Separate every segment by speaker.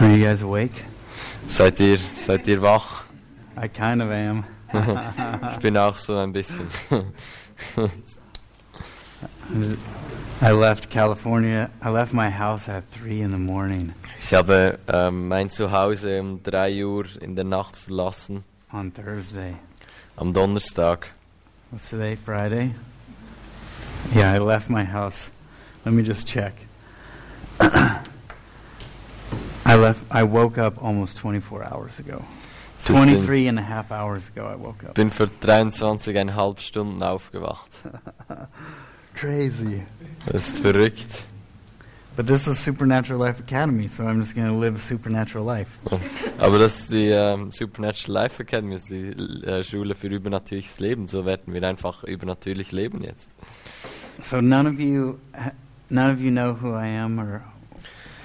Speaker 1: Are you guys awake?
Speaker 2: Seid ihr, seid ihr wach?
Speaker 1: I kind of am.
Speaker 2: Ich bin auch so ein bisschen.
Speaker 1: I left California. I left my house at three in the morning
Speaker 2: Ich habe ähm, mein Zuhause um 3 Uhr in der Nacht verlassen,
Speaker 1: on Thursday.
Speaker 2: am Donnerstag.
Speaker 1: What's today? Friday. Yeah, I left my house. Let me just check. I left. I woke up almost 24 hours ago.
Speaker 2: Also Ich bin,
Speaker 1: 23 and a half hours ago, I woke up.
Speaker 2: bin vor 23,5 Stunden aufgewacht.
Speaker 1: Crazy.
Speaker 2: Das ist verrückt.
Speaker 1: But this is Supernatural Life Academy, so I'm just going to live a supernatural life.
Speaker 2: Aber das ist die ähm, Supernatural Life Academy, das ist die äh, Schule für übernatürliches Leben. So werden wir einfach übernatürlich leben jetzt.
Speaker 1: So none of you, none of you know who I am or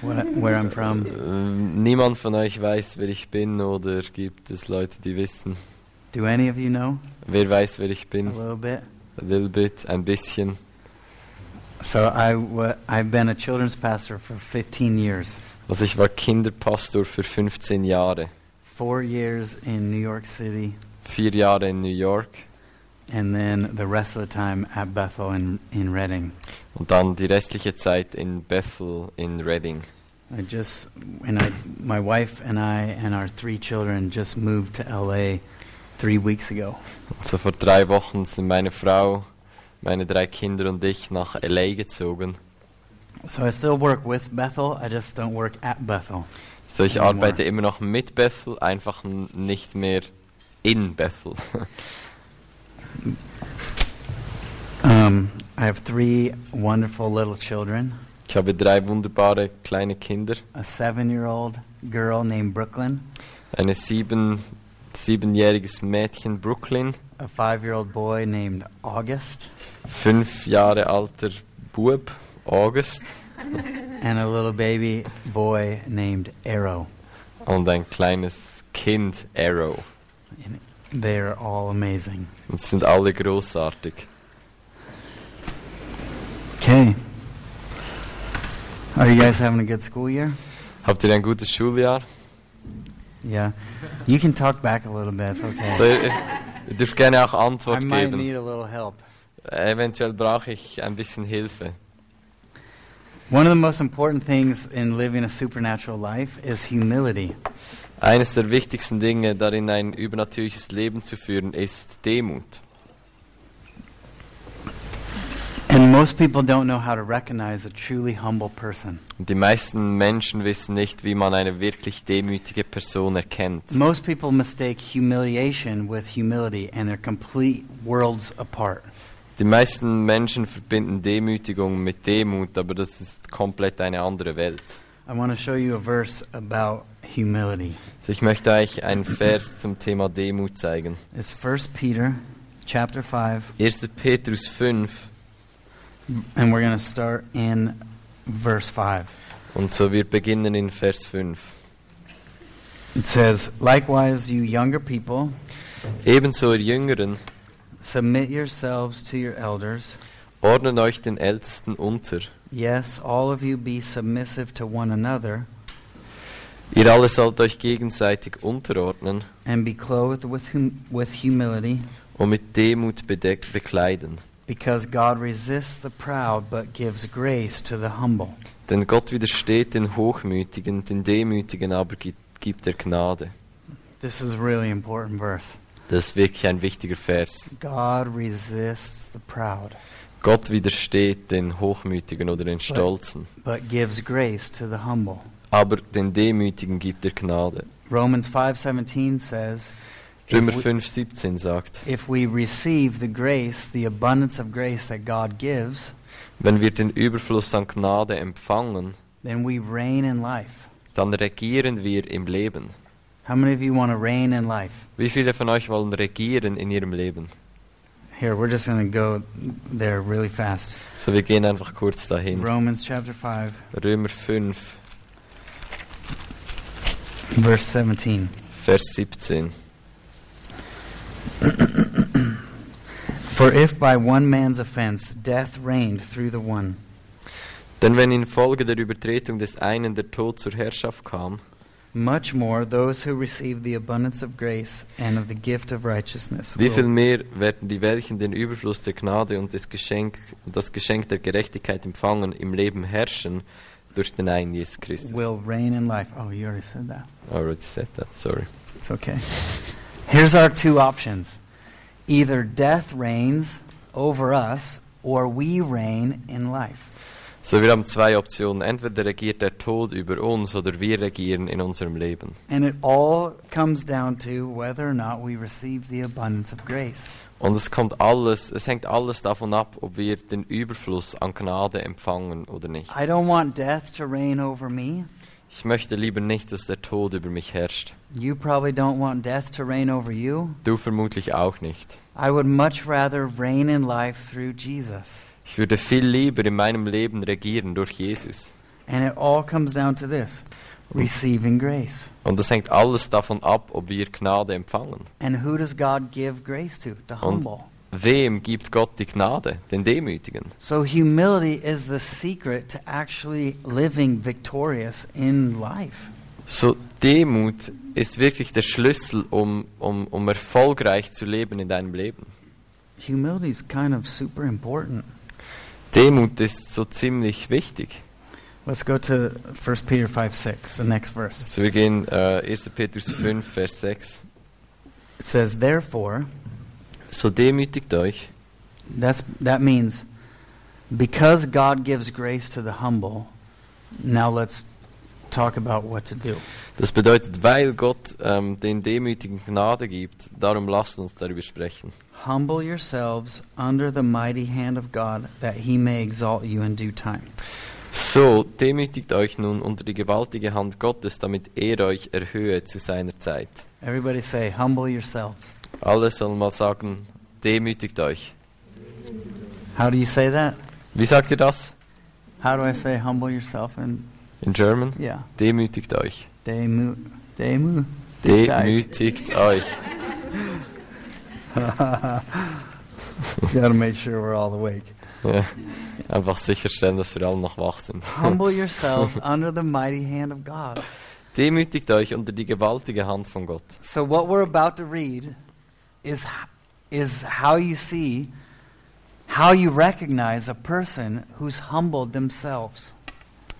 Speaker 1: what, where I'm from.
Speaker 2: Ähm, niemand von euch weiß, wer ich bin, oder gibt es Leute, die wissen?
Speaker 1: Do any of you know
Speaker 2: Wer weiß, wer ich
Speaker 1: a
Speaker 2: bin?
Speaker 1: little bit?
Speaker 2: A little bit, ein bisschen.
Speaker 1: So I wa- I've been a children's pastor for 15 years.
Speaker 2: Also ich war Kinderpastor für 15 Jahre.
Speaker 1: Four years in New York City,
Speaker 2: Vier Jahre in New York
Speaker 1: and then the rest of the time at Bethel in, in Reading.
Speaker 2: und dann die restliche Zeit in Bethel in Reading.
Speaker 1: I just and I, my wife and I and our three children just moved to L.A. three weeks ago.
Speaker 2: Also vor drei Wochen sind meine Frau, meine drei Kinder und ich nach LA gezogen.
Speaker 1: So I still work with Bethel. I just don't work at Bethel.
Speaker 2: So ich
Speaker 1: Anymore.
Speaker 2: arbeite immer noch mit Bethel, einfach n- nicht mehr in Bethel.
Speaker 1: Um, I have three wonderful little children:
Speaker 2: Ich habe drei wunderbare kleine Kinder,
Speaker 1: a seven-year-old girl named Brooklyn,
Speaker 2: eine sieben, siebenjähriges Mädchen Brooklyn,
Speaker 1: a five-year-old boy named August.
Speaker 2: fünf Jahre alter Bub August
Speaker 1: and a little baby boy named Arrow.
Speaker 2: und ein kleines Kind Arrow.
Speaker 1: And they are all amazing.
Speaker 2: Und sind alle großartig.
Speaker 1: Okay. Are you guys having a good school year?
Speaker 2: Habt ihr ein gutes Schuljahr?
Speaker 1: Yeah. You can talk back a little bit. It's
Speaker 2: So,
Speaker 1: okay.
Speaker 2: ihr, ihr ihr dürft gerne auch
Speaker 1: I
Speaker 2: Antwort
Speaker 1: might need
Speaker 2: geben.
Speaker 1: a little help.
Speaker 2: Eventuell brauche ich ein bisschen Hilfe.
Speaker 1: One of the most important things in living a supernatural life is humility.
Speaker 2: Eines der wichtigsten Dinge darin, ein übernatürliches Leben zu führen, ist Demut.
Speaker 1: And most people don't know how to recognize a truly humble person.
Speaker 2: Und die meisten Menschen wissen nicht, wie man eine wirklich demütige Person erkennt.
Speaker 1: Most people mistake humiliation with humility, and they're complete worlds apart.
Speaker 2: Die meisten Menschen verbinden Demütigung mit Demut, aber das ist komplett eine andere Welt.
Speaker 1: I want to show you a verse about humility.
Speaker 2: Also ich möchte euch einen Vers zum Thema Demut zeigen.
Speaker 1: It's 1 Peter chapter 5,
Speaker 2: 1. Petrus 5,
Speaker 1: and we're going to start in verse 5.
Speaker 2: Und so wir beginnen in Vers 5.
Speaker 1: It says, Likewise, you younger people,
Speaker 2: Ebenso ihr Jüngeren,
Speaker 1: submit yourselves to your elders.
Speaker 2: ordnet euch den Ältesten unter.
Speaker 1: Yes, all of you be submissive to one another,
Speaker 2: Ihr alle sollt euch gegenseitig unterordnen
Speaker 1: and be clothed with, hum- with humility,
Speaker 2: und mit Demut bedeckt bekleiden.
Speaker 1: because God resists the proud but gives grace to the humble.
Speaker 2: Denn Gott widersteht den Hochmütigen, den Demütigen aber gi- gibt er Gnade.
Speaker 1: This is a really important verse.
Speaker 2: Das ist wirklich ein wichtiger Vers.
Speaker 1: God resists the proud
Speaker 2: Gott widersteht den Hochmütigen oder den Stolzen,
Speaker 1: but gives grace to the humble.
Speaker 2: aber den Demütigen gibt er Gnade.
Speaker 1: Romans 5:17 says,
Speaker 2: Römer
Speaker 1: if we-
Speaker 2: 5, 17 sagt,
Speaker 1: if we receive the grace, the abundance of grace that God gives,
Speaker 2: wenn wir den Überfluss an Gnade empfangen,
Speaker 1: then we reign in life.
Speaker 2: dann regieren wir im Leben.
Speaker 1: How many of you want to reign in life?
Speaker 2: Wie viele von euch wollen regieren in ihrem Leben?
Speaker 1: Here, we're just going to go there really fast.
Speaker 2: So, wir gehen einfach kurz dahin.
Speaker 1: Romans chapter 5,
Speaker 2: Römer 5,
Speaker 1: verse 17.
Speaker 2: Vers 17.
Speaker 1: For if by one man's offense death reigned through the one,
Speaker 2: Denn wenn infolge der Übertretung des einen der Tod zur Herrschaft kam,
Speaker 1: Much more, those who receive the abundance of grace and of the gift of righteousness
Speaker 2: Wie viel
Speaker 1: will,
Speaker 2: mehr werden die welchen den Überfluss der Gnade und des Geschenk, das Geschenk der Gerechtigkeit empfangen, im Leben herrschen durch den einen Jesus Christus.
Speaker 1: will reign in life. Oh, you already said that.
Speaker 2: I already said that, sorry.
Speaker 1: It's okay. Here's our two options either death reigns over us, or we reign in life.
Speaker 2: So, wir haben zwei Optionen. Entweder regiert der Tod über uns oder wir regieren in unserem Leben.
Speaker 1: And it all comes down to whether or not we receive the abundance of grace.
Speaker 2: Und es kommt alles, es hängt alles davon ab, ob wir den Überfluss an Gnade empfangen oder nicht.
Speaker 1: I don't want death to reign over me.
Speaker 2: Ich möchte lieber nicht, dass der Tod über mich herrscht.
Speaker 1: You probably don't want death to reign over you.
Speaker 2: Du vermutlich auch nicht.
Speaker 1: I would much rather reign in life through Jesus.
Speaker 2: Ich würde viel lieber in meinem Leben regieren durch Jesus.
Speaker 1: And it all comes down to this receiving grace.
Speaker 2: Und es hängt alles davon ab, ob wir Gnade empfangen.
Speaker 1: And who does God give grace to? The humble.
Speaker 2: Wem gibt Gott die Gnade? Den Demütigen.
Speaker 1: So humility is the secret to actually living victorious in life.
Speaker 2: So Demut ist wirklich der Schlüssel, um, um, um erfolgreich zu leben in deinem Leben.
Speaker 1: Humility is kind of super important.
Speaker 2: Demut ist so ziemlich wichtig.
Speaker 1: Let's go to 1 Peter 5 6, the next verse.
Speaker 2: So wir gehen äh, 1. Petrus 5, Vers 6.
Speaker 1: It says, Therefore,
Speaker 2: So demütigt euch.
Speaker 1: that's, that means because God gives grace to the humble, now let's talk about what to do.
Speaker 2: Das bedeutet, weil Gott ähm, den Demütigen Gnade gibt, darum lasst uns darüber sprechen.
Speaker 1: Humble yourselves under the mighty hand of God, that he may exalt you in due time.
Speaker 2: So, demütigt euch nun unter die gewaltige Hand Gottes, damit er euch erhöhe zu seiner Zeit.
Speaker 1: Everybody say, Humble yourselves.
Speaker 2: Alle sollen mal sagen, demütigt euch.
Speaker 1: How do you say that?
Speaker 2: Wie sagt ihr das
Speaker 1: How do I say humble yourself? And
Speaker 2: in German?
Speaker 1: yeah,
Speaker 2: Demütigt euch.
Speaker 1: demu, demu.
Speaker 2: Demütigt euch.
Speaker 1: Gotta make sure we're all awake.
Speaker 2: Ja. Einfach sicherstellen, dass wir alle noch wach sind.
Speaker 1: Humble yourselves under the mighty hand of God.
Speaker 2: Demütigt euch unter die gewaltige Hand von Gott.
Speaker 1: So what we're about to read is h- is how you see, how you recognize a person who's humbled themselves.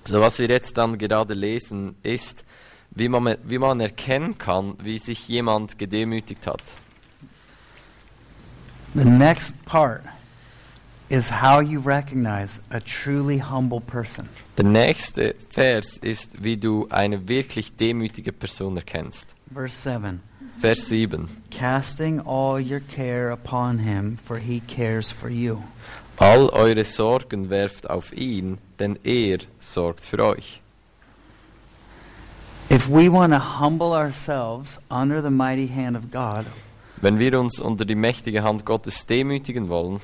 Speaker 2: So, was wir jetzt dann gerade lesen, ist, wie man, wie man erkennen kann, wie sich jemand gedemütigt hat.
Speaker 1: The next part is how you recognize a truly humble person.
Speaker 2: Der nächste Vers ist, wie du eine wirklich demütige Person erkennst.
Speaker 1: Verse 7.
Speaker 2: Vers 7.
Speaker 1: Casting all your care upon him, for he cares for you.
Speaker 2: All eure Sorgen werft auf ihn, denn er sorgt für euch.
Speaker 1: If we want to humble ourselves under the mighty hand of God,
Speaker 2: Wenn wir uns unter die mächtige Hand Gottes demütigen wollen,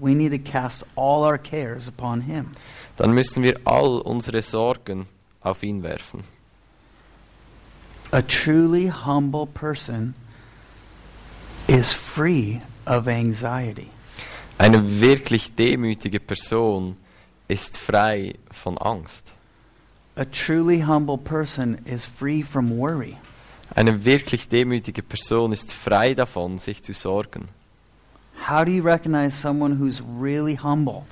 Speaker 1: we need to cast all our cares upon Him.
Speaker 2: dann müssen wir all unsere Sorgen auf ihn werfen.
Speaker 1: A truly humble person is free of anxiety.
Speaker 2: Eine wirklich demütige Person ist frei von Angst.
Speaker 1: A truly humble person is free from worry.
Speaker 2: Eine wirklich demütige Person ist frei davon, sich zu sorgen.
Speaker 1: How do you recognize someone who's really humble?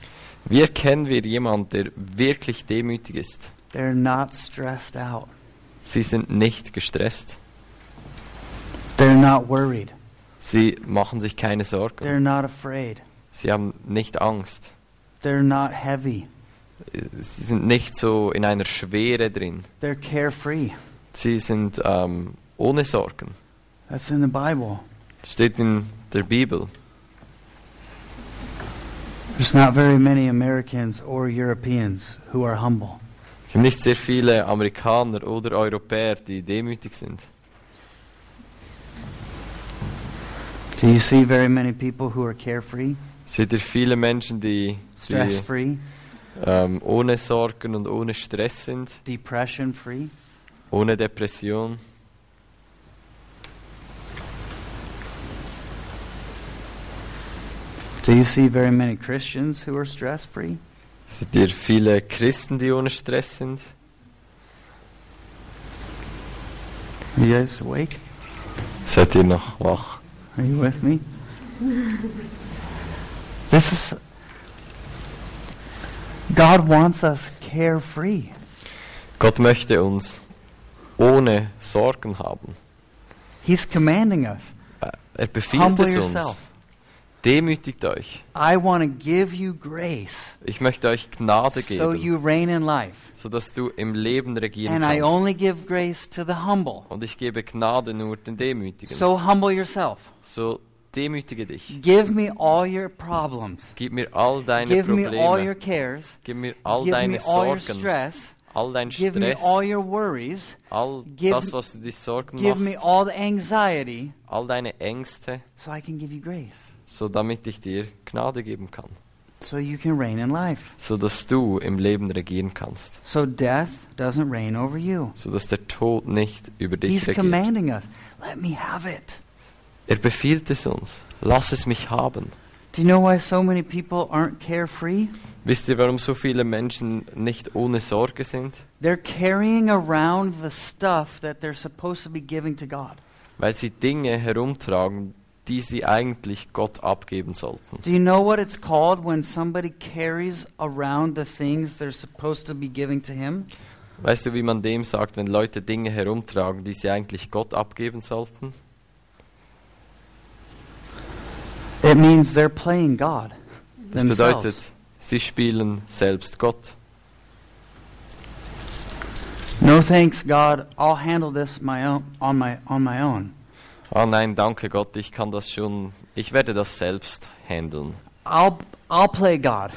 Speaker 2: Wie erkennen wir jemanden, der wirklich demütig ist?
Speaker 1: They're not stressed out,
Speaker 2: Sie sind nicht gestresst.
Speaker 1: they're not worried,
Speaker 2: Sie machen sich keine Sorgen.
Speaker 1: they're not afraid,
Speaker 2: Sie haben nicht Angst.
Speaker 1: they're not heavy,
Speaker 2: Sie sind nicht so in einer Schwere drin.
Speaker 1: they're carefree.
Speaker 2: Sie sind ähm, ohne Sorgen.
Speaker 1: That's in the Bible.
Speaker 2: Steht in der Bibel.
Speaker 1: There's not very many Americans or Europeans who are humble.
Speaker 2: Es gibt nicht sehr viele Amerikaner oder Europäer, die demütig sind.
Speaker 1: Do you see very many people who are carefree,
Speaker 2: Seht ihr viele Menschen, die,
Speaker 1: stress
Speaker 2: die
Speaker 1: free,
Speaker 2: ähm, ohne Sorgen und ohne Stress sind,
Speaker 1: depression free?
Speaker 2: ohne Depression?
Speaker 1: Do you see very many Christians who are stress free?
Speaker 2: Seht ihr viele Christen, die ohne Stress sind?
Speaker 1: You guys awake?
Speaker 2: Seid ihr noch wach?
Speaker 1: Are you with me? this is. God wants us carefree.
Speaker 2: Gott möchte uns ohne Sorgen haben.
Speaker 1: He's commanding us.
Speaker 2: Er befiehlt
Speaker 1: Humble
Speaker 2: es uns.
Speaker 1: yourself.
Speaker 2: Demütigt euch.
Speaker 1: I want to give you grace
Speaker 2: Ich möchte euch Gnade
Speaker 1: so
Speaker 2: geben,
Speaker 1: you reign in life.
Speaker 2: sodass du im Leben regieren
Speaker 1: And I
Speaker 2: kannst.
Speaker 1: only give grace to the humble.
Speaker 2: Und ich gebe Gnade nur den Demütigen.
Speaker 1: So humble yourself.
Speaker 2: So demütige dich.
Speaker 1: Give me all your problems.
Speaker 2: Gib mir all deine
Speaker 1: Give me all your
Speaker 2: Probleme.
Speaker 1: cares.
Speaker 2: Gib mir all
Speaker 1: give me
Speaker 2: deine
Speaker 1: all your
Speaker 2: Sorgen.
Speaker 1: stress.
Speaker 2: All dein
Speaker 1: Give me
Speaker 2: Stress.
Speaker 1: all your worries.
Speaker 2: All
Speaker 1: give-
Speaker 2: das, was du dich Sorgen
Speaker 1: Give me
Speaker 2: machst.
Speaker 1: all the anxiety
Speaker 2: All deine Ängste.
Speaker 1: so I can give you grace.
Speaker 2: So damit ich dir Gnade geben kann.
Speaker 1: So you can reign in life.
Speaker 2: So dass du im Leben regieren kannst.
Speaker 1: So death doesn't reign over you.
Speaker 2: So dass der Tod nicht über dich
Speaker 1: He's
Speaker 2: regiert.
Speaker 1: commanding us. Let me have it.
Speaker 2: Er befiehlt es uns. Lass es mich haben.
Speaker 1: Do you know why so many people aren't carefree?
Speaker 2: Wisst ihr, warum so viele Menschen nicht ohne Sorge sind?
Speaker 1: They're carrying around the stuff that they're supposed to be giving to God.
Speaker 2: Weil sie Dinge herumtragen, die sie eigentlich Gott abgeben sollten.
Speaker 1: Do you know what it's called when somebody carries around the things they're supposed to be giving to Him?
Speaker 2: Weißt du, wie man dem sagt, wenn Leute Dinge herumtragen, die sie eigentlich Gott abgeben sollten?
Speaker 1: It means they're playing God.
Speaker 2: Das
Speaker 1: themselves.
Speaker 2: bedeutet, sie spielen selbst Gott.
Speaker 1: No thanks, God. I'll handle this my own, on, my, on my own.
Speaker 2: Ah nein, danke Gott, ich kann das schon, ich werde das selbst handeln.
Speaker 1: I'll, I'll play God.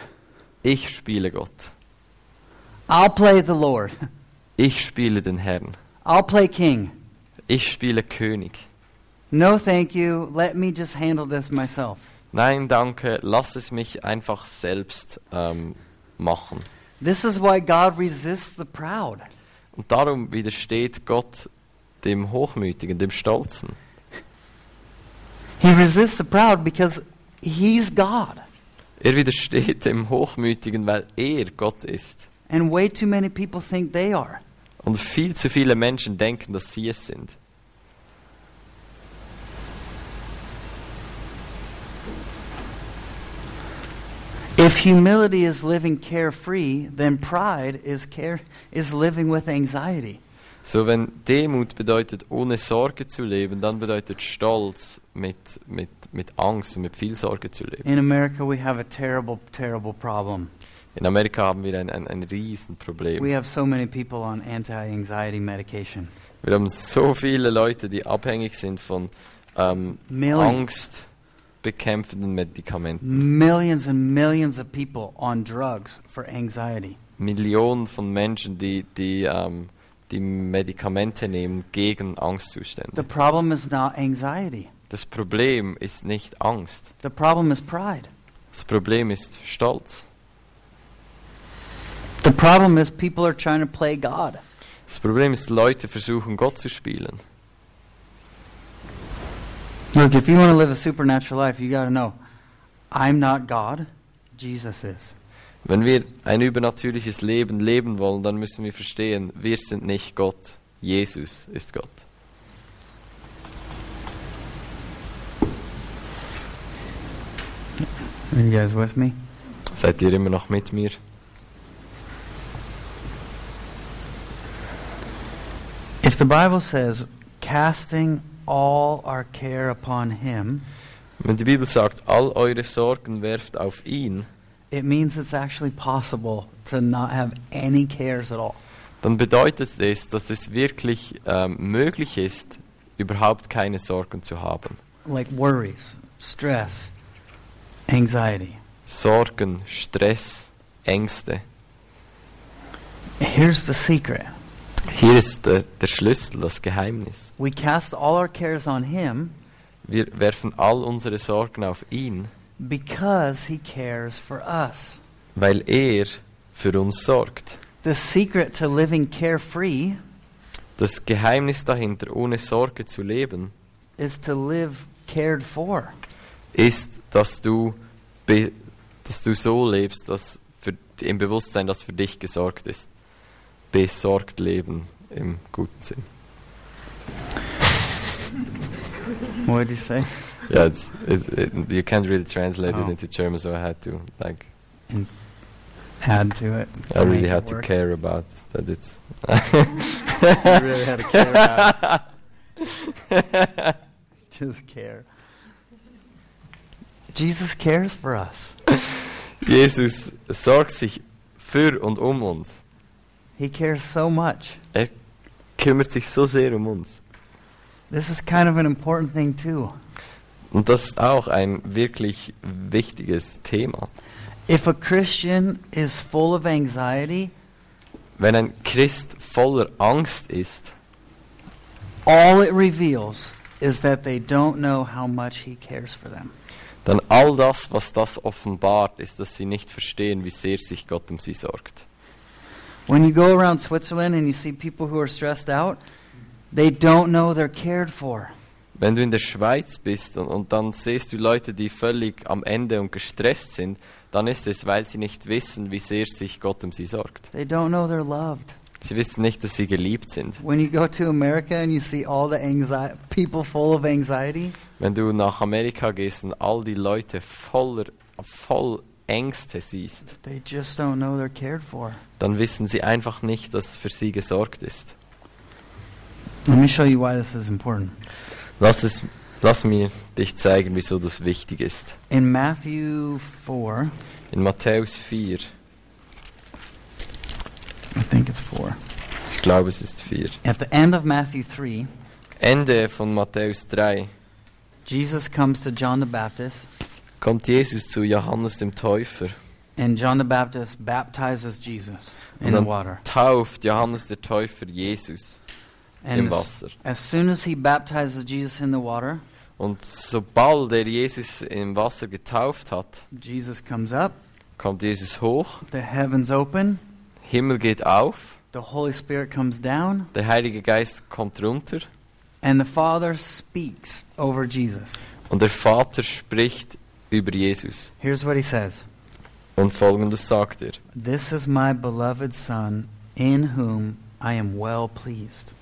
Speaker 2: Ich spiele Gott.
Speaker 1: I'll play the Lord.
Speaker 2: Ich spiele den Herrn.
Speaker 1: I'll play King.
Speaker 2: Ich spiele König.
Speaker 1: No, thank you. Let me just handle this myself.
Speaker 2: Nein, danke, lass es mich einfach selbst ähm, machen.
Speaker 1: This is why God resists the proud.
Speaker 2: Und darum widersteht Gott dem Hochmütigen, dem Stolzen.
Speaker 1: He resists the proud because he's God.
Speaker 2: Er widersteht dem Hochmütigen, weil er Gott ist.
Speaker 1: And way too many people think they are.
Speaker 2: Und viel zu viele Menschen denken, dass sie es sind.
Speaker 1: If humility is living carefree, then pride is, care, is living with anxiety.
Speaker 2: So, wenn Demut bedeutet, ohne Sorge zu leben, dann bedeutet Stolz, mit, mit, mit Angst und mit viel Sorge zu leben.
Speaker 1: In America, we have a terrible, terrible problem.
Speaker 2: In Amerika haben wir ein, ein, ein
Speaker 1: We
Speaker 2: Riesenproblem.
Speaker 1: have so many people on anti anxiety medication.
Speaker 2: Wir haben so viele Leute, die abhängig sind von ähm,
Speaker 1: Millions,
Speaker 2: angstbekämpfenden Medikamenten.
Speaker 1: millions and millions of people on drugs for anxiety.
Speaker 2: Millionen von Menschen, die, die, ähm, die Medikamente nehmen gegen Angstzustände.
Speaker 1: The problem is not anxiety,
Speaker 2: Das Problem ist nicht Angst.
Speaker 1: the problem is pride.
Speaker 2: Das Problem ist Stolz.
Speaker 1: The problem is people are trying to play God.
Speaker 2: Das Problem ist, Leute versuchen Gott zu spielen.
Speaker 1: Look, if you want to live a supernatural life, you got to know I'm not God, Jesus is.
Speaker 2: Wenn wir ein übernatürliches Leben leben wollen, dann müssen wir verstehen, wir sind nicht Gott. Jesus ist Gott.
Speaker 1: Are you guys with me?
Speaker 2: Seid ihr immer noch mit mir?
Speaker 1: If the Bible says, casting all our care upon Him,
Speaker 2: Wenn die Bibel sagt, all eure Sorgen werft auf ihn,
Speaker 1: it means it's actually possible to not have any cares at all.
Speaker 2: dann bedeutet es, dass es wirklich ähm, möglich ist, überhaupt keine Sorgen zu haben.
Speaker 1: Like worries, stress, anxiety.
Speaker 2: Sorgen, Stress, Ängste.
Speaker 1: Here's the secret
Speaker 2: Hier ist der, der Schlüssel, das Geheimnis.
Speaker 1: we cast all our cares on Him
Speaker 2: Wir werfen all unsere Sorgen auf ihn,
Speaker 1: because He cares for us.
Speaker 2: weil er für uns sorgt.
Speaker 1: The secret to living carefree
Speaker 2: Das Geheimnis dahinter, ohne Sorge zu leben,
Speaker 1: is to live cared for.
Speaker 2: ist, dass du, be, dass du so lebst, dass für, im Bewusstsein, dass für dich gesorgt ist. Besorgt leben im guten Sinn.
Speaker 1: What did you say?
Speaker 2: Yeah, it's, it, it, you can't really translate
Speaker 1: Oh.
Speaker 2: it into German, so I had to like
Speaker 1: Add to it.
Speaker 2: I
Speaker 1: Make
Speaker 2: really
Speaker 1: it
Speaker 2: had to
Speaker 1: work.
Speaker 2: care about that. It's
Speaker 1: You really had to care about it. Just care. Jesus cares for us.
Speaker 2: Jesus sorgt sich für und um uns.
Speaker 1: He cares so much.
Speaker 2: kümmert sich so sehr um uns.
Speaker 1: This is kind of an important thing too.
Speaker 2: Und das ist auch ein wirklich wichtiges Thema.
Speaker 1: If a Christian is full of anxiety,
Speaker 2: Wenn ein Christ voller Angst ist,
Speaker 1: all it reveals is that they don't know how much he cares for them.
Speaker 2: dann all das, was das offenbart, ist, dass sie nicht verstehen, wie sehr sich Gott um sie sorgt.
Speaker 1: When you go around Switzerland and you see people who are stressed out, they don't know they're cared for.
Speaker 2: Wenn du in der Schweiz bist und, und dann siehst du Leute, die völlig am Ende und gestresst sind, dann ist es, weil sie nicht wissen, wie sehr sich Gott um sie sorgt.
Speaker 1: They don't know they're loved.
Speaker 2: Sie wissen nicht, dass sie geliebt sind.
Speaker 1: When you go to America and you see all the anxi- people full of anxiety,
Speaker 2: Wenn du nach Amerika gehst und all die Leute voller, voll Ängste siehst,
Speaker 1: they just don't know they're cared for.
Speaker 2: dann wissen sie einfach nicht, dass für sie gesorgt ist.
Speaker 1: Let me show you why this is important.
Speaker 2: Lass, es, lass mir dich zeigen, wieso das wichtig ist.
Speaker 1: In Matthew 4,
Speaker 2: In Matthäus 4,
Speaker 1: I think it's 4.
Speaker 2: ich glaube es ist 4,
Speaker 1: At the end of Matthew 3,
Speaker 2: Ende von Matthäus 3,
Speaker 1: Jesus comes to John the Baptist,
Speaker 2: kommt Jesus zu Johannes dem Täufer,
Speaker 1: and John the Baptist baptizes Jesus in the
Speaker 2: Und dann-
Speaker 1: water.
Speaker 2: tauft Johannes der Täufer Jesus
Speaker 1: And
Speaker 2: im
Speaker 1: as,
Speaker 2: Wasser.
Speaker 1: as soon as he baptizes Jesus in the water,
Speaker 2: Und sobald er Jesus im Wasser getauft hat,
Speaker 1: Jesus comes up,
Speaker 2: kommt Jesus hoch,
Speaker 1: the heavens open,
Speaker 2: Himmel geht auf,
Speaker 1: the Holy Spirit comes down,
Speaker 2: der Heilige Geist kommt runter
Speaker 1: and the Father speaks over Jesus.
Speaker 2: und der Vater spricht über Jesus.
Speaker 1: Here's what he says
Speaker 2: Und folgendes sagt er.
Speaker 1: This is my beloved Son, in whom I am well pleased.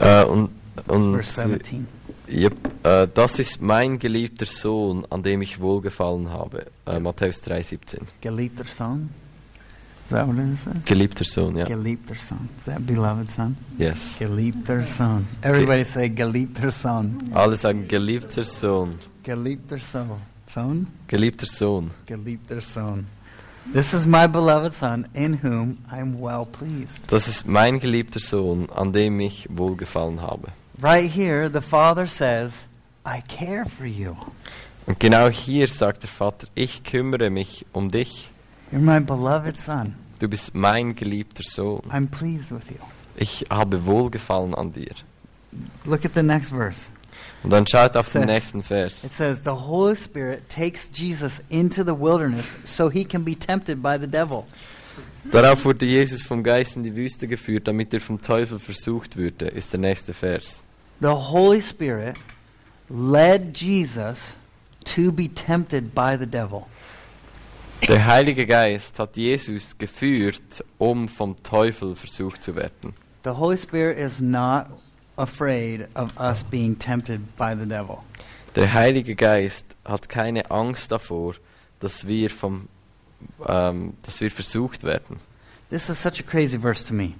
Speaker 2: Äh, und und
Speaker 1: Verse 17.
Speaker 2: yep, äh, das ist mein geliebter Sohn, an dem ich wohlgefallen habe. Äh, Matthäus 3,17.
Speaker 1: Geliebter Son? Is that what it is?
Speaker 2: Geliebter Sohn, ja.
Speaker 1: Geliebter Son. Is that beloved Son?
Speaker 2: yes.
Speaker 1: Geliebter Son. Everybody say Geliebter Son.
Speaker 2: Alle sagen geliebter Sohn.
Speaker 1: Geliebter Son. Son?
Speaker 2: Geliebter Sohn.
Speaker 1: Geliebter Son. This is my beloved Son, in whom I am well pleased.
Speaker 2: Das ist mein geliebter Sohn, an dem ich wohlgefallen habe.
Speaker 1: Right here, the Father says, I care for you.
Speaker 2: Und genau hier sagt der Vater, ich kümmere mich um dich.
Speaker 1: You're my beloved Son.
Speaker 2: Du bist mein geliebter Sohn.
Speaker 1: I'm pleased with you.
Speaker 2: Ich habe Wohlgefallen an dir.
Speaker 1: Look at the next verse.
Speaker 2: Und dann schaut auf den
Speaker 1: Seth.
Speaker 2: nächsten Vers.
Speaker 1: It says, The Holy Spirit takes Jesus into the wilderness so he can be tempted by the devil.
Speaker 2: Darauf wurde Jesus vom Geist in die Wüste geführt, damit er vom Teufel versucht würde, ist der nächste Vers.
Speaker 1: The Holy Spirit led Jesus to be tempted by the devil.
Speaker 2: Der Heilige Geist hat Jesus geführt, um vom Teufel versucht zu werden.
Speaker 1: The Holy Spirit is not afraid of us being tempted by the devil.
Speaker 2: Der Heilige Geist hat keine Angst davor, dass wir, vom, ähm, dass wir versucht werden.
Speaker 1: This is such a crazy verse to me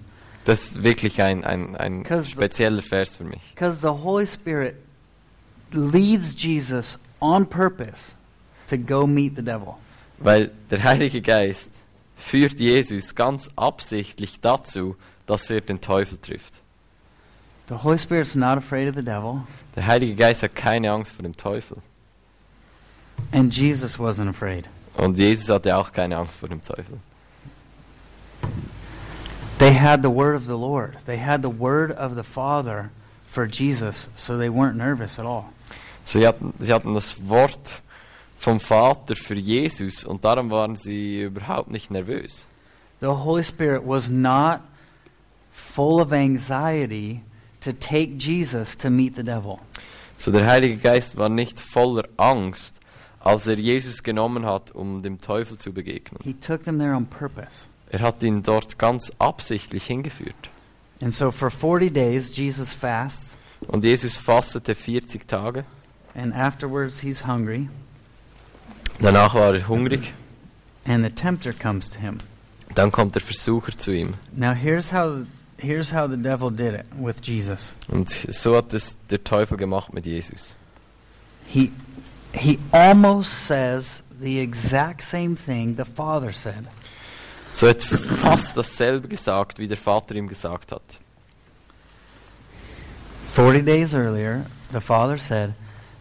Speaker 2: Das ist wirklich ein, ein, ein
Speaker 1: 'Cause the-
Speaker 2: spezieller Vers für mich.
Speaker 1: because the Holy Spirit leads Jesus on purpose to go meet the devil.
Speaker 2: Weil der Heilige Geist führt Jesus ganz absichtlich dazu, dass er den Teufel trifft.
Speaker 1: The Holy Spirit's not afraid of the devil,
Speaker 2: Der Heilige Geist hat keine Angst vor dem Teufel.
Speaker 1: and Jesus wasn't afraid.
Speaker 2: Und Jesus hatte auch keine Angst vor dem Teufel.
Speaker 1: They had the word of the Lord, they had the word of the Father for Jesus, so they weren't nervous at all.
Speaker 2: Sie hatten, sie hatten das Wort vom Vater für Jesus und darum waren sie überhaupt nicht nervös.
Speaker 1: The Holy Spirit was not full of anxiety to take Jesus to meet the devil.
Speaker 2: So der Heilige Geist war nicht voller Angst, als er Jesus genommen hat, um dem Teufel zu begegnen.
Speaker 1: He took them there on purpose.
Speaker 2: Er hat ihn dort ganz absichtlich hingeführt.
Speaker 1: And so for 40 days, Jesus fasts.
Speaker 2: Und Jesus fastete 40 Tage.
Speaker 1: and afterwards he's hungry,
Speaker 2: Danach war er hungrig.
Speaker 1: and the tempter comes to him.
Speaker 2: Dann kommt der Versucher zu ihm.
Speaker 1: Now, here's how, here's how the devil did it with Jesus
Speaker 2: Und so hat es der Teufel gemacht mit Jesus.
Speaker 1: he, he almost says the exact same thing the Father said.
Speaker 2: So hat fast dasselbe gesagt, wie der Vater ihm gesagt hat.
Speaker 1: 40 days earlier, the Father said,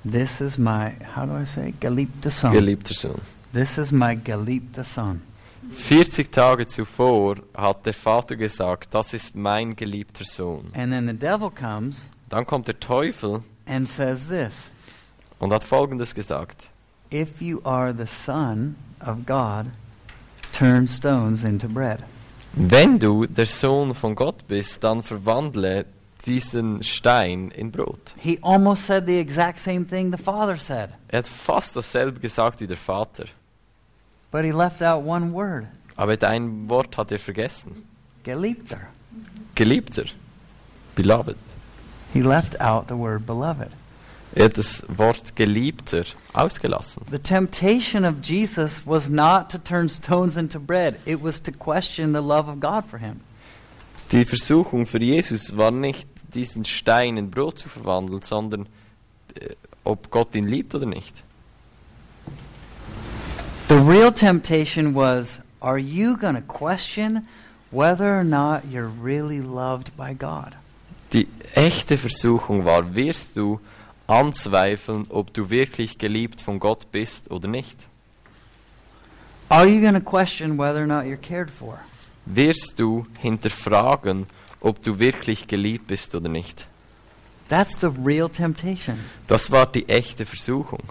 Speaker 1: This is my, how do I say, Galipta son.
Speaker 2: Geliebter Sohn.
Speaker 1: This is my Galipta son.
Speaker 2: 40 Tage zuvor hat der Vater gesagt, das ist mein geliebter Sohn.
Speaker 1: And then the devil comes
Speaker 2: Dann kommt der Teufel
Speaker 1: and says this
Speaker 2: und hat Folgendes gesagt.
Speaker 1: If you are the Son of God, turn stones into bread.
Speaker 2: Wenn du der Sohn von Gott bist, dann verwandle diesen Stein in Brot.
Speaker 1: He almost said the exact same thing the Father said,
Speaker 2: Er hat fast dasselbe gesagt wie der Vater.
Speaker 1: but he left out one word
Speaker 2: Aber ein Wort hat er vergessen.
Speaker 1: Galipter.
Speaker 2: Geliebter. Beloved.
Speaker 1: He left out the word beloved.
Speaker 2: Er hat das Wort Geliebter ausgelassen.
Speaker 1: The temptation of Jesus was not to turn stones into bread, it was to question the love of God for him.
Speaker 2: Die Versuchung für Jesus war nicht, diesen Stein in Brot zu verwandeln, sondern äh, ob Gott ihn liebt oder nicht.
Speaker 1: The real temptation was are you going to question whether or not you're really loved by God?
Speaker 2: Die echte Versuchung war, wirst du anzweifeln, ob du wirklich geliebt von Gott bist oder nicht?
Speaker 1: Are you going to question whether or not you're cared for?
Speaker 2: Wirst du hinterfragen, ob du wirklich geliebt bist oder nicht?
Speaker 1: That's the real temptation.
Speaker 2: Das war die echte Versuchung.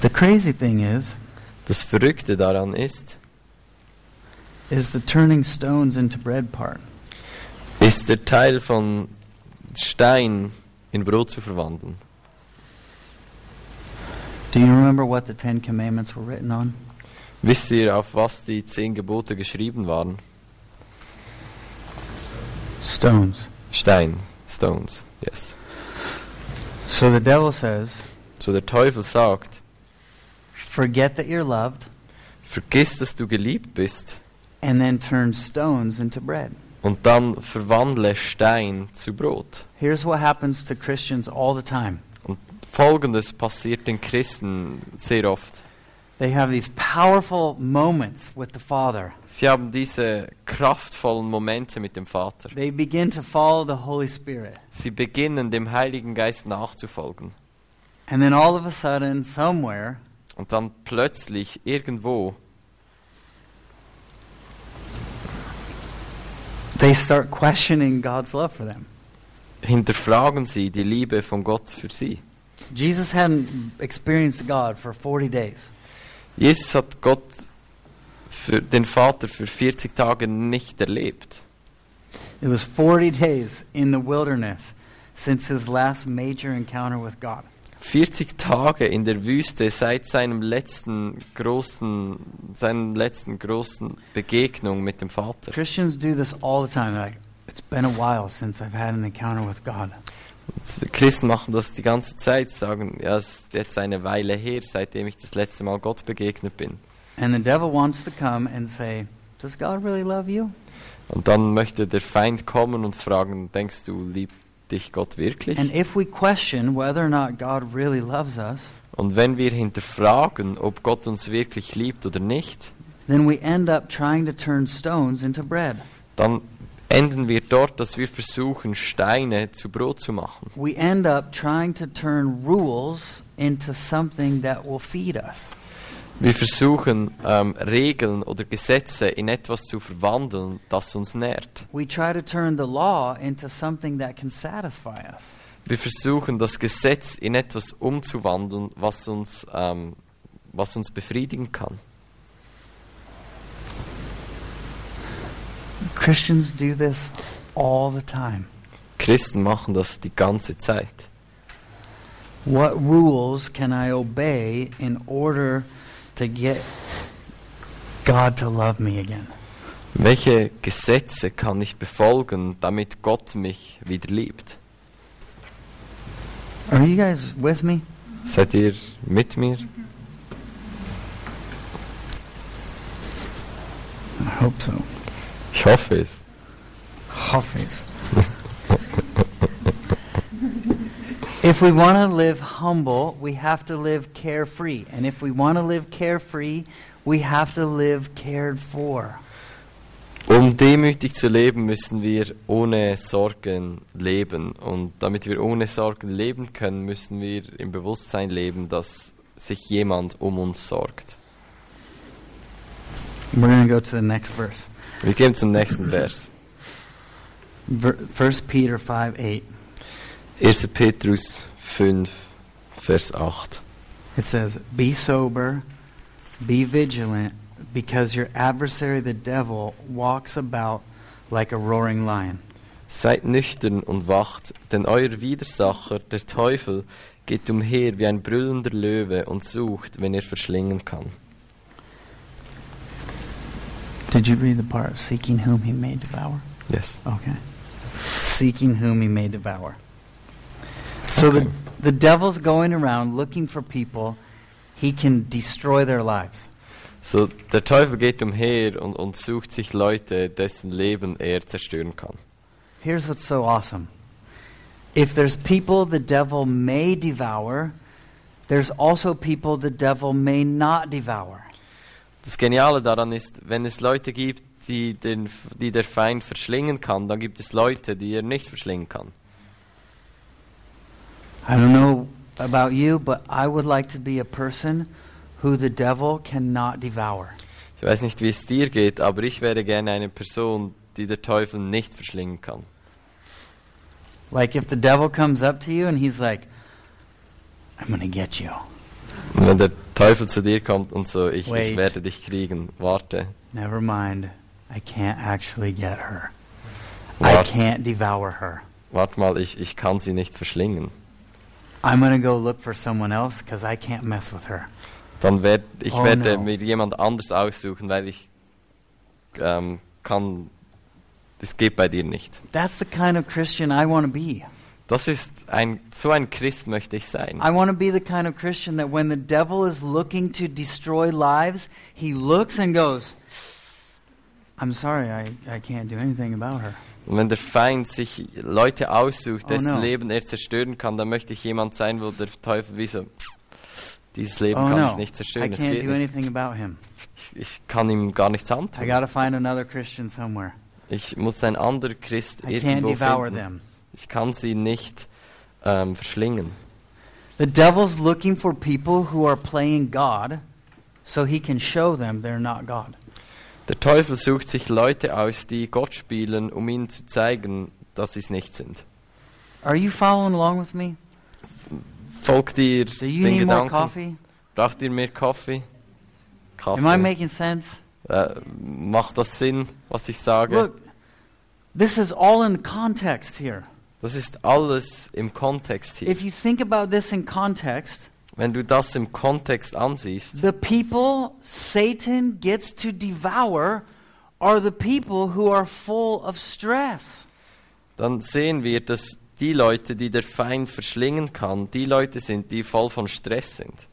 Speaker 1: The crazy thing is
Speaker 2: Das Verrückte daran ist,
Speaker 1: is the turning stones into bread part.
Speaker 2: ist der Teil von Stein in Brot zu verwandeln.
Speaker 1: Do you remember what the 10 commandments were written on?
Speaker 2: Wisst ihr, auf was die zehn Gebote geschrieben waren?
Speaker 1: Stones.
Speaker 2: Stein, Stones, yes.
Speaker 1: So the devil says,
Speaker 2: So der Teufel sagt,
Speaker 1: forget that you're loved
Speaker 2: vergiss, dass du geliebt bist
Speaker 1: and then turn stones into bread.
Speaker 2: und dann verwandle Stein zu Brot.
Speaker 1: Here's what happens to Christians all the time.
Speaker 2: Folgendes passiert den Christen sehr oft.
Speaker 1: They have these powerful moments with the Father.
Speaker 2: Sie haben diese kraftvollen Momente mit dem Vater.
Speaker 1: They begin to follow the Holy Spirit.
Speaker 2: Sie beginnen dem Heiligen Geist nachzufolgen.
Speaker 1: And then all of a sudden, somewhere,
Speaker 2: Und dann plötzlich irgendwo
Speaker 1: they start questioning God's love for them.
Speaker 2: hinterfragen sie die Liebe von Gott für sie.
Speaker 1: Jesus hadn't experienced God for 40 days.
Speaker 2: Jesus hat Gott für den Vater für 40 Tage nicht erlebt.
Speaker 1: It was 40 days in the wilderness since his last major encounter with God.
Speaker 2: 40 Tage in der Wüste seit seinem letzten großen, seinem letzten großen Begegnung mit dem Vater.
Speaker 1: Christians do this all the time. They're like, it's been a while since I've had an encounter with God.
Speaker 2: Die Christen machen das die ganze Zeit, sagen, ja, es ist jetzt eine Weile her, seitdem ich das letzte Mal Gott begegnet bin.
Speaker 1: And the devil wants to come and say, Does God really love you?
Speaker 2: Und dann möchte der Feind kommen und fragen, denkst du, liebt dich Gott wirklich?
Speaker 1: And if we question whether or not God really loves us,
Speaker 2: Und wenn wir hinterfragen, ob Gott uns wirklich liebt oder nicht,
Speaker 1: then we end up trying to turn stones into bread.
Speaker 2: dann enden wir dort, dass wir versuchen, Steine zu Brot zu machen.
Speaker 1: We end up trying to turn rules into something that will feed us.
Speaker 2: Wir versuchen, ähm, Regeln oder Gesetze in etwas zu verwandeln, das uns nährt.
Speaker 1: We try to turn the law into something that can satisfy us.
Speaker 2: Wir versuchen, das Gesetz in etwas umzuwandeln, was uns, ähm, was uns befriedigen kann.
Speaker 1: Christians do this all the time.
Speaker 2: Christen machen das die ganze Zeit.
Speaker 1: What rules can I obey in order to get God to love me again?
Speaker 2: Welche Gesetze kann ich befolgen, damit Gott mich wieder liebt?
Speaker 1: Are you guys with me?
Speaker 2: Seid ihr mit mir?
Speaker 1: I hope so.
Speaker 2: Ich hoffe es.
Speaker 1: Hafiz. if we want to live humble, we have to live carefree. And if we want to live carefree, we have to live cared for.
Speaker 2: Um demütig zu leben, müssen wir ohne Sorgen leben. Und damit wir ohne Sorgen leben können, müssen wir im Bewusstsein leben, dass sich jemand um uns sorgt.
Speaker 1: We're going to go to the next verse.
Speaker 2: Wir gehen zum nächsten Vers.
Speaker 1: Ver- 1 Peter 5 8.
Speaker 2: 1. Petrus 5, Vers 8.
Speaker 1: It says, Be sober, be vigilant, because your adversary, the devil, walks about like a roaring lion.
Speaker 2: Seid nüchtern und wacht, denn euer Widersacher, der Teufel, geht umher wie ein brüllender Löwe und sucht, wenn er verschlingen kann.
Speaker 1: Did you read the part of seeking whom he may devour?
Speaker 2: Yes.
Speaker 1: Okay. Seeking whom he may devour. So
Speaker 2: Okay.
Speaker 1: the, the devil's going around looking for people he can destroy their lives.
Speaker 2: So, der Teufel geht umher und, und sucht sich Leute, dessen Leben er zerstören kann.
Speaker 1: Here's what's so awesome. If there's people the devil may devour, there's also people the devil may not devour.
Speaker 2: Das Geniale daran ist, wenn es Leute gibt, die, den, die der Feind verschlingen kann, dann gibt es Leute, die er nicht verschlingen kann.
Speaker 1: I don't know about you, but I would like to be a person who the devil cannot devour.
Speaker 2: Ich weiß nicht, wie es dir geht, aber ich wäre gerne eine Person, die der Teufel nicht verschlingen kann.
Speaker 1: Like if the devil comes up to you and he's like, I'm going to get you.
Speaker 2: Und wenn der Teufel zu dir kommt und so, ich,
Speaker 1: Wait.
Speaker 2: ich werde dich kriegen, warte,
Speaker 1: Never mind. I can't actually get her. I
Speaker 2: What?
Speaker 1: can't devour her.
Speaker 2: warte mal, ich, ich kann sie nicht verschlingen.
Speaker 1: I'm going to go look for someone else because I can't mess with her.
Speaker 2: Dann werd, ich
Speaker 1: Oh
Speaker 2: werde
Speaker 1: no.
Speaker 2: mir jemand anders aussuchen, weil ich ähm, kann, das geht bei dir nicht.
Speaker 1: That's the kind of Christian I want to be.
Speaker 2: Das ist ein, so ein Christ möchte ich sein.
Speaker 1: I want to be the kind of Christian that when the devil is looking to destroy lives, he looks and goes, I'm sorry, I, I can't do anything about her.
Speaker 2: Und wenn der Feind sich Leute aussucht,
Speaker 1: Oh
Speaker 2: dessen
Speaker 1: no.
Speaker 2: Leben er zerstören kann, dann möchte ich jemand sein, wo der Teufel wie so, dieses Leben
Speaker 1: oh
Speaker 2: kann
Speaker 1: no,
Speaker 2: ich nicht
Speaker 1: I
Speaker 2: zerstören, das
Speaker 1: can't
Speaker 2: geht
Speaker 1: do
Speaker 2: nicht.
Speaker 1: anything about him.
Speaker 2: Ich, ich kann ihm gar nichts
Speaker 1: I
Speaker 2: antun.
Speaker 1: got to find another Christian somewhere.
Speaker 2: Ich muss ein anderer Christ
Speaker 1: I can't
Speaker 2: irgendwo
Speaker 1: devour
Speaker 2: finden.
Speaker 1: them.
Speaker 2: Ich kann sie nicht ähm, verschlingen.
Speaker 1: The devil's looking for people who are playing God so he can show them they're not God.
Speaker 2: Der Teufel sucht sich Leute aus, die Gott spielen, um ihnen zu zeigen, dass sie es nicht sind.
Speaker 1: Are you following along with me?
Speaker 2: Folgt ihr
Speaker 1: Do you
Speaker 2: den
Speaker 1: need more
Speaker 2: Gedanken?
Speaker 1: coffee?
Speaker 2: Braucht ihr mehr Kaffee?
Speaker 1: Am I
Speaker 2: Kaffee.
Speaker 1: making sense?
Speaker 2: Äh, macht das Sinn, was ich sage?
Speaker 1: Look, this is all in context here.
Speaker 2: Das ist alles im Kontext hier.
Speaker 1: If you think about this in context,
Speaker 2: Wenn du das im Kontext ansiehst,
Speaker 1: the people Satan gets to devour are the people who are full of stress.
Speaker 2: dann sehen wir, dass die Leute, die der Feind verschlingen kann, die Leute sind, die voll von Stress sind.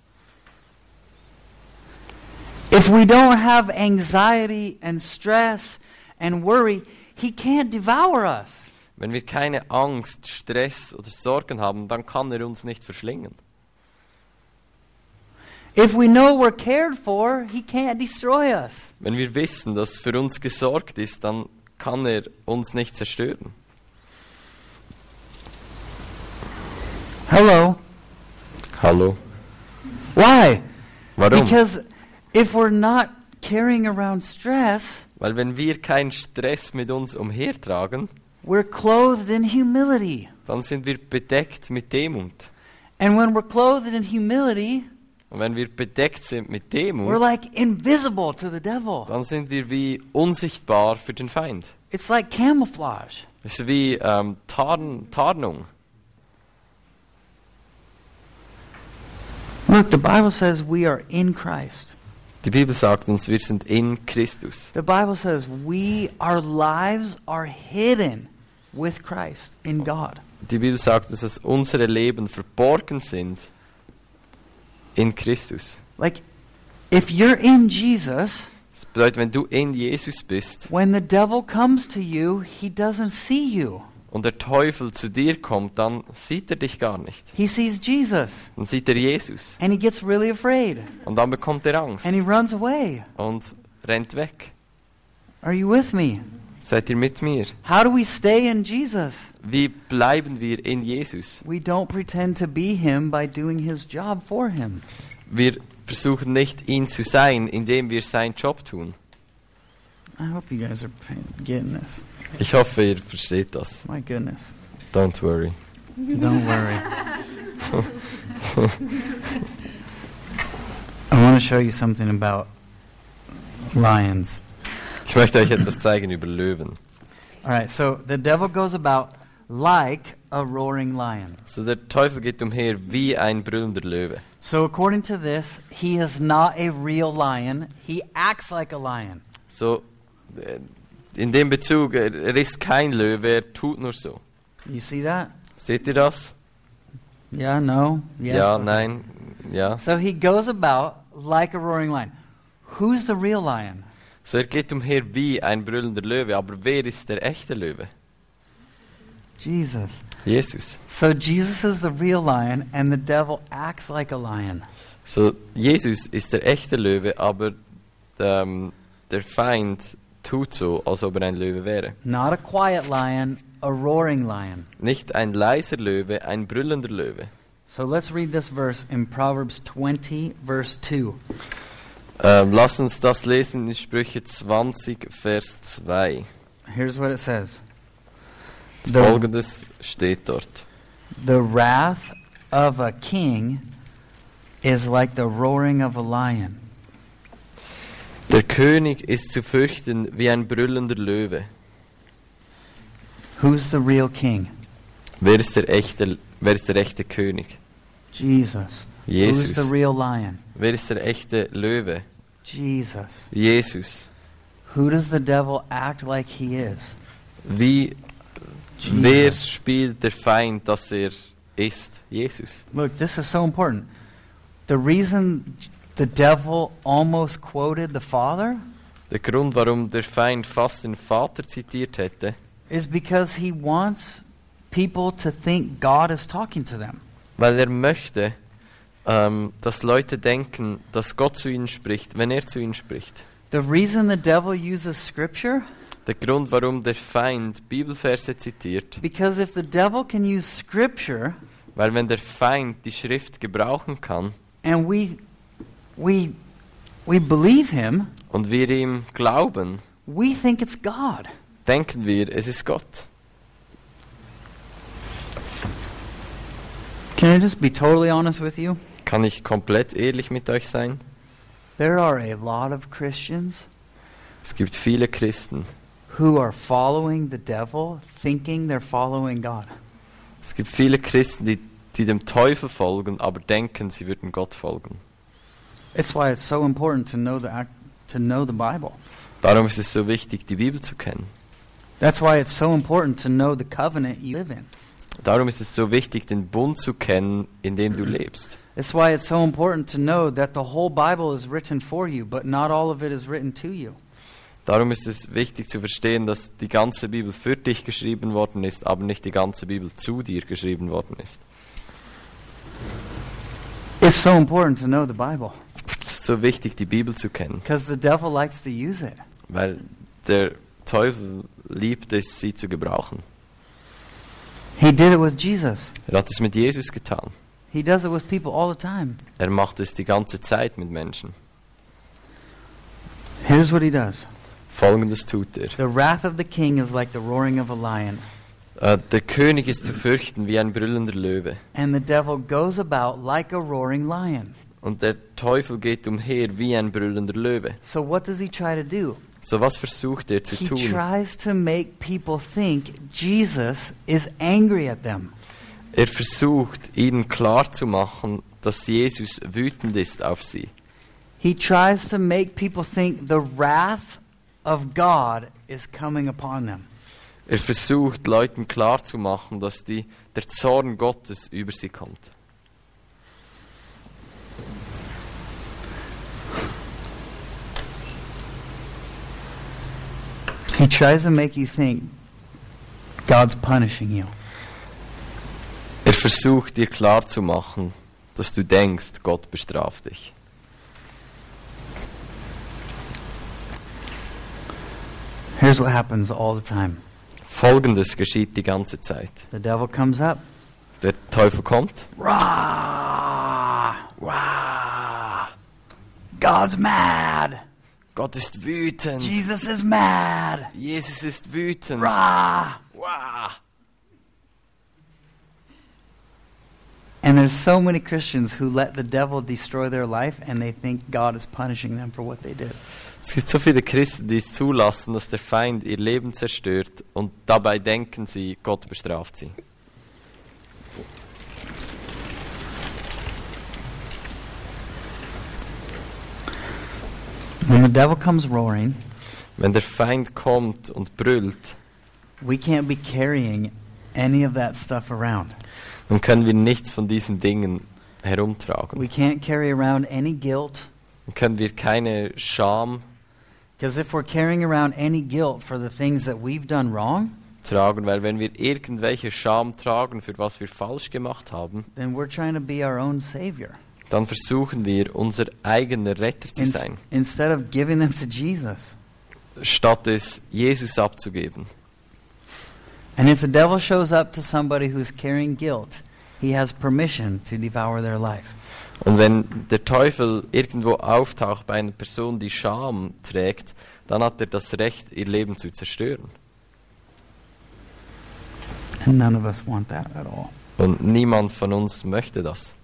Speaker 1: If we don't have anxiety and stress and worry, he can't devour us.
Speaker 2: Wenn wir keine Angst, Stress oder Sorgen haben, dann kann er uns nicht verschlingen.
Speaker 1: If we know we're cared for, he can't destroy us.
Speaker 2: Wenn wir wissen, dass für uns gesorgt ist, dann kann er uns nicht zerstören.
Speaker 1: Hello.
Speaker 2: Hallo.
Speaker 1: Why?
Speaker 2: Warum?
Speaker 1: Because if we're not carrying around stress,
Speaker 2: Weil wenn wir keinen Stress mit uns umhertragen,
Speaker 1: we're clothed in humility.
Speaker 2: dann sind wir bedeckt mit Demut.
Speaker 1: And when we're clothed in humility,
Speaker 2: Und wenn wir bedeckt sind mit
Speaker 1: we're
Speaker 2: Demut,
Speaker 1: like invisible to the devil.
Speaker 2: dann sind wir wie unsichtbar für den Feind.
Speaker 1: It's like camouflage.
Speaker 2: Es ist wie ähm, Tarn Tarnung.
Speaker 1: Look, the Bible says we are in Christ.
Speaker 2: Die Bibel sagt uns, wir sind in Christus.
Speaker 1: The Bible says we, our lives are hidden with Christ in God.
Speaker 2: Die Bibel sagt uns, dass unsere Leben verborgen sind in Christus.
Speaker 1: Like, if you're in Jesus,
Speaker 2: Das bedeutet, wenn du in Jesus bist
Speaker 1: when the devil comes to you, he doesn't see you.
Speaker 2: und der Teufel zu dir kommt, dann sieht er dich gar nicht.
Speaker 1: He sees Jesus
Speaker 2: Dann sieht er Jesus
Speaker 1: and he gets really afraid
Speaker 2: und dann bekommt er Angst
Speaker 1: and he runs away.
Speaker 2: und rennt weg.
Speaker 1: Are you with me?
Speaker 2: Seid ihr mit mir?
Speaker 1: How do we stay in Jesus?
Speaker 2: Wie bleiben wir in Jesus?
Speaker 1: We don't pretend to be him by doing his job for him.
Speaker 2: Wir versuchen nicht ihn zu sein, indem wir seinen Job tun.
Speaker 1: I hope you guys are p- getting this.
Speaker 2: Ich hoffe, ihr versteht das.
Speaker 1: My goodness.
Speaker 2: Don't worry.
Speaker 1: Don't worry. I want to show you something about lions.
Speaker 2: Ich möchte euch etwas zeigen über Löwen.
Speaker 1: All right, so the devil goes about like a roaring lion.
Speaker 2: So der Teufel geht umher wie ein brüllender Löwe.
Speaker 1: So, according to this, he is not a real lion. He acts like a lion.
Speaker 2: So äh, in dem Bezug, er er ist kein Löwe, er tut nur so.
Speaker 1: You see that?
Speaker 2: Seht ihr das?
Speaker 1: Yeah, no, yes.
Speaker 2: Ja, nein, ja.
Speaker 1: So, he goes about like a roaring lion. Who's the real lion?
Speaker 2: So er geht umher wie ein brüllender Löwe, aber wer ist der echte Löwe?
Speaker 1: Jesus.
Speaker 2: Jesus.
Speaker 1: So, Jesus is the real lion, and the devil acts like a lion.
Speaker 2: So Jesus ist der echte Löwe, aber ähm, der Feind tut so, als ob er ein Löwe wäre.
Speaker 1: Not a quiet lion, a roaring lion.
Speaker 2: Nicht ein leiser Löwe, ein brüllender Löwe.
Speaker 1: So let's read this verse in Proverbs 20, verse 2.
Speaker 2: Ähm, lass uns das lesen in Sprüche 20, Vers 2.
Speaker 1: Here's what it says The,
Speaker 2: Folgendes steht dort.
Speaker 1: the wrath of a king is like the roaring of a lion.
Speaker 2: Der König ist zu fürchten wie ein brüllender Löwe.
Speaker 1: Who's the real king?
Speaker 2: Wer ist der echte, wer ist der echte König?
Speaker 1: Jesus. Who's the
Speaker 2: Jesus.
Speaker 1: real lion?
Speaker 2: Wer ist der echte Löwe?
Speaker 1: Jesus.
Speaker 2: Jesus.
Speaker 1: Who does the devil act like he is?
Speaker 2: Wie Wer spielt der Feind, dass er ist? Jesus.
Speaker 1: Look, this is so important. The reason the devil almost quoted the Father
Speaker 2: Der Grund, warum der Feind fast den Vater zitiert hätte,
Speaker 1: is because he wants people to think God is talking to them.
Speaker 2: weil er möchte, ähm, dass Leute denken, dass Gott zu ihnen spricht, wenn er zu ihnen spricht.
Speaker 1: The reason the devil uses scripture
Speaker 2: Der Grund, warum der Feind Bibelverse zitiert,
Speaker 1: because if the devil can use scripture
Speaker 2: weil wenn der Feind die Schrift gebrauchen kann
Speaker 1: and we we we believe him,
Speaker 2: und wir ihm glauben,
Speaker 1: we think it's God.
Speaker 2: denken wir, es ist Gott.
Speaker 1: Can I just be totally honest with you?
Speaker 2: Kann ich komplett ehrlich mit euch sein?
Speaker 1: There are a lot of Christians
Speaker 2: Es gibt viele Christen,
Speaker 1: who are following the devil thinking they're following God.
Speaker 2: Es gibt viele Christen, die, die dem Teufel folgen, aber denken, sie würden Gott folgen.
Speaker 1: It's why it's so important to know the ac- to know the Bible.
Speaker 2: Darum ist es so wichtig, die Bibel zu kennen.
Speaker 1: That's why it's so important to know the covenant you live in.
Speaker 2: Darum ist es so wichtig, den Bund zu kennen, in dem du lebst.
Speaker 1: That's why it's so important to know that the whole Bible is written for you, but not all of it is written to you.
Speaker 2: Darum ist es wichtig zu verstehen, dass die ganze Bibel für dich geschrieben worden ist, aber nicht die ganze Bibel zu dir geschrieben worden ist.
Speaker 1: It's so important to know the Bible
Speaker 2: Es ist so wichtig, die Bibel zu kennen,
Speaker 1: because the devil likes to use it.
Speaker 2: weil der Teufel liebt es, sie zu gebrauchen.
Speaker 1: He did it with Jesus.
Speaker 2: Er hat es mit Jesus getan.
Speaker 1: He does it with people all the time.
Speaker 2: Er macht es die ganze Zeit mit Menschen.
Speaker 1: Here's what he does.
Speaker 2: Folgendes tut er.
Speaker 1: The wrath of the king is like the roaring of a lion,
Speaker 2: Äh, der König ist zu fürchten wie ein brüllender Löwe.
Speaker 1: and the devil goes about like a roaring lion.
Speaker 2: Und der Teufel geht umher wie ein brüllender Löwe.
Speaker 1: So what does he try to do?
Speaker 2: So was versucht er zu
Speaker 1: He
Speaker 2: tun?
Speaker 1: tries to make people think Jesus is angry at them.
Speaker 2: Er versucht ihnen klarzumachen, dass Jesus wütend ist auf sie.
Speaker 1: He tries to make people think the wrath of God is coming upon them.
Speaker 2: Er versucht, Leuten klarzumachen, dass die, der Zorn Gottes über sie kommt.
Speaker 1: He tries to make you think God's punishing you.
Speaker 2: Er versucht, dir klarzumachen, dass du denkst, Gott bestraft dich.
Speaker 1: Here's what happens all the time
Speaker 2: Folgendes geschieht die ganze Zeit.
Speaker 1: the devil comes up,
Speaker 2: Der Teufel kommt,
Speaker 1: rah, rah, God's mad,
Speaker 2: Gott ist wütend,
Speaker 1: Jesus is mad,
Speaker 2: Jesus ist wütend.
Speaker 1: rah.
Speaker 2: Wow.
Speaker 1: And there's so many Christians who let the devil destroy their life and they think God is punishing them for what they did.
Speaker 2: Es gibt so viele Christen, die es zulassen, dass der Feind ihr Leben zerstört und dabei denken sie, Gott bestraft sie.
Speaker 1: When the devil comes roaring,
Speaker 2: Wenn der Feind kommt und brüllt,
Speaker 1: we can't be carrying any of that stuff around.
Speaker 2: dann können wir nichts von diesen Dingen herumtragen.
Speaker 1: We can't carry around any guilt
Speaker 2: Dann können wir keine Scham
Speaker 1: because if we're carrying around any guilt for the things that we've done wrong,
Speaker 2: tragen, weil wenn wir irgendwelche Scham tragen, für was wir falsch gemacht haben,
Speaker 1: then we're trying to be our own savior
Speaker 2: dann versuchen wir, unser eigener Retter zu
Speaker 1: Ins-
Speaker 2: sein,
Speaker 1: instead of giving them to Jesus.
Speaker 2: statt es Jesus abzugeben.
Speaker 1: And if the devil shows up to somebody who's carrying guilt, he has permission to devour their life.
Speaker 2: Und wenn der Teufel irgendwo auftaucht bei einer Person, die Scham trägt, dann hat er das Recht, ihr Leben zu zerstören.
Speaker 1: And none of us want that at all.
Speaker 2: Und niemand von uns möchte das.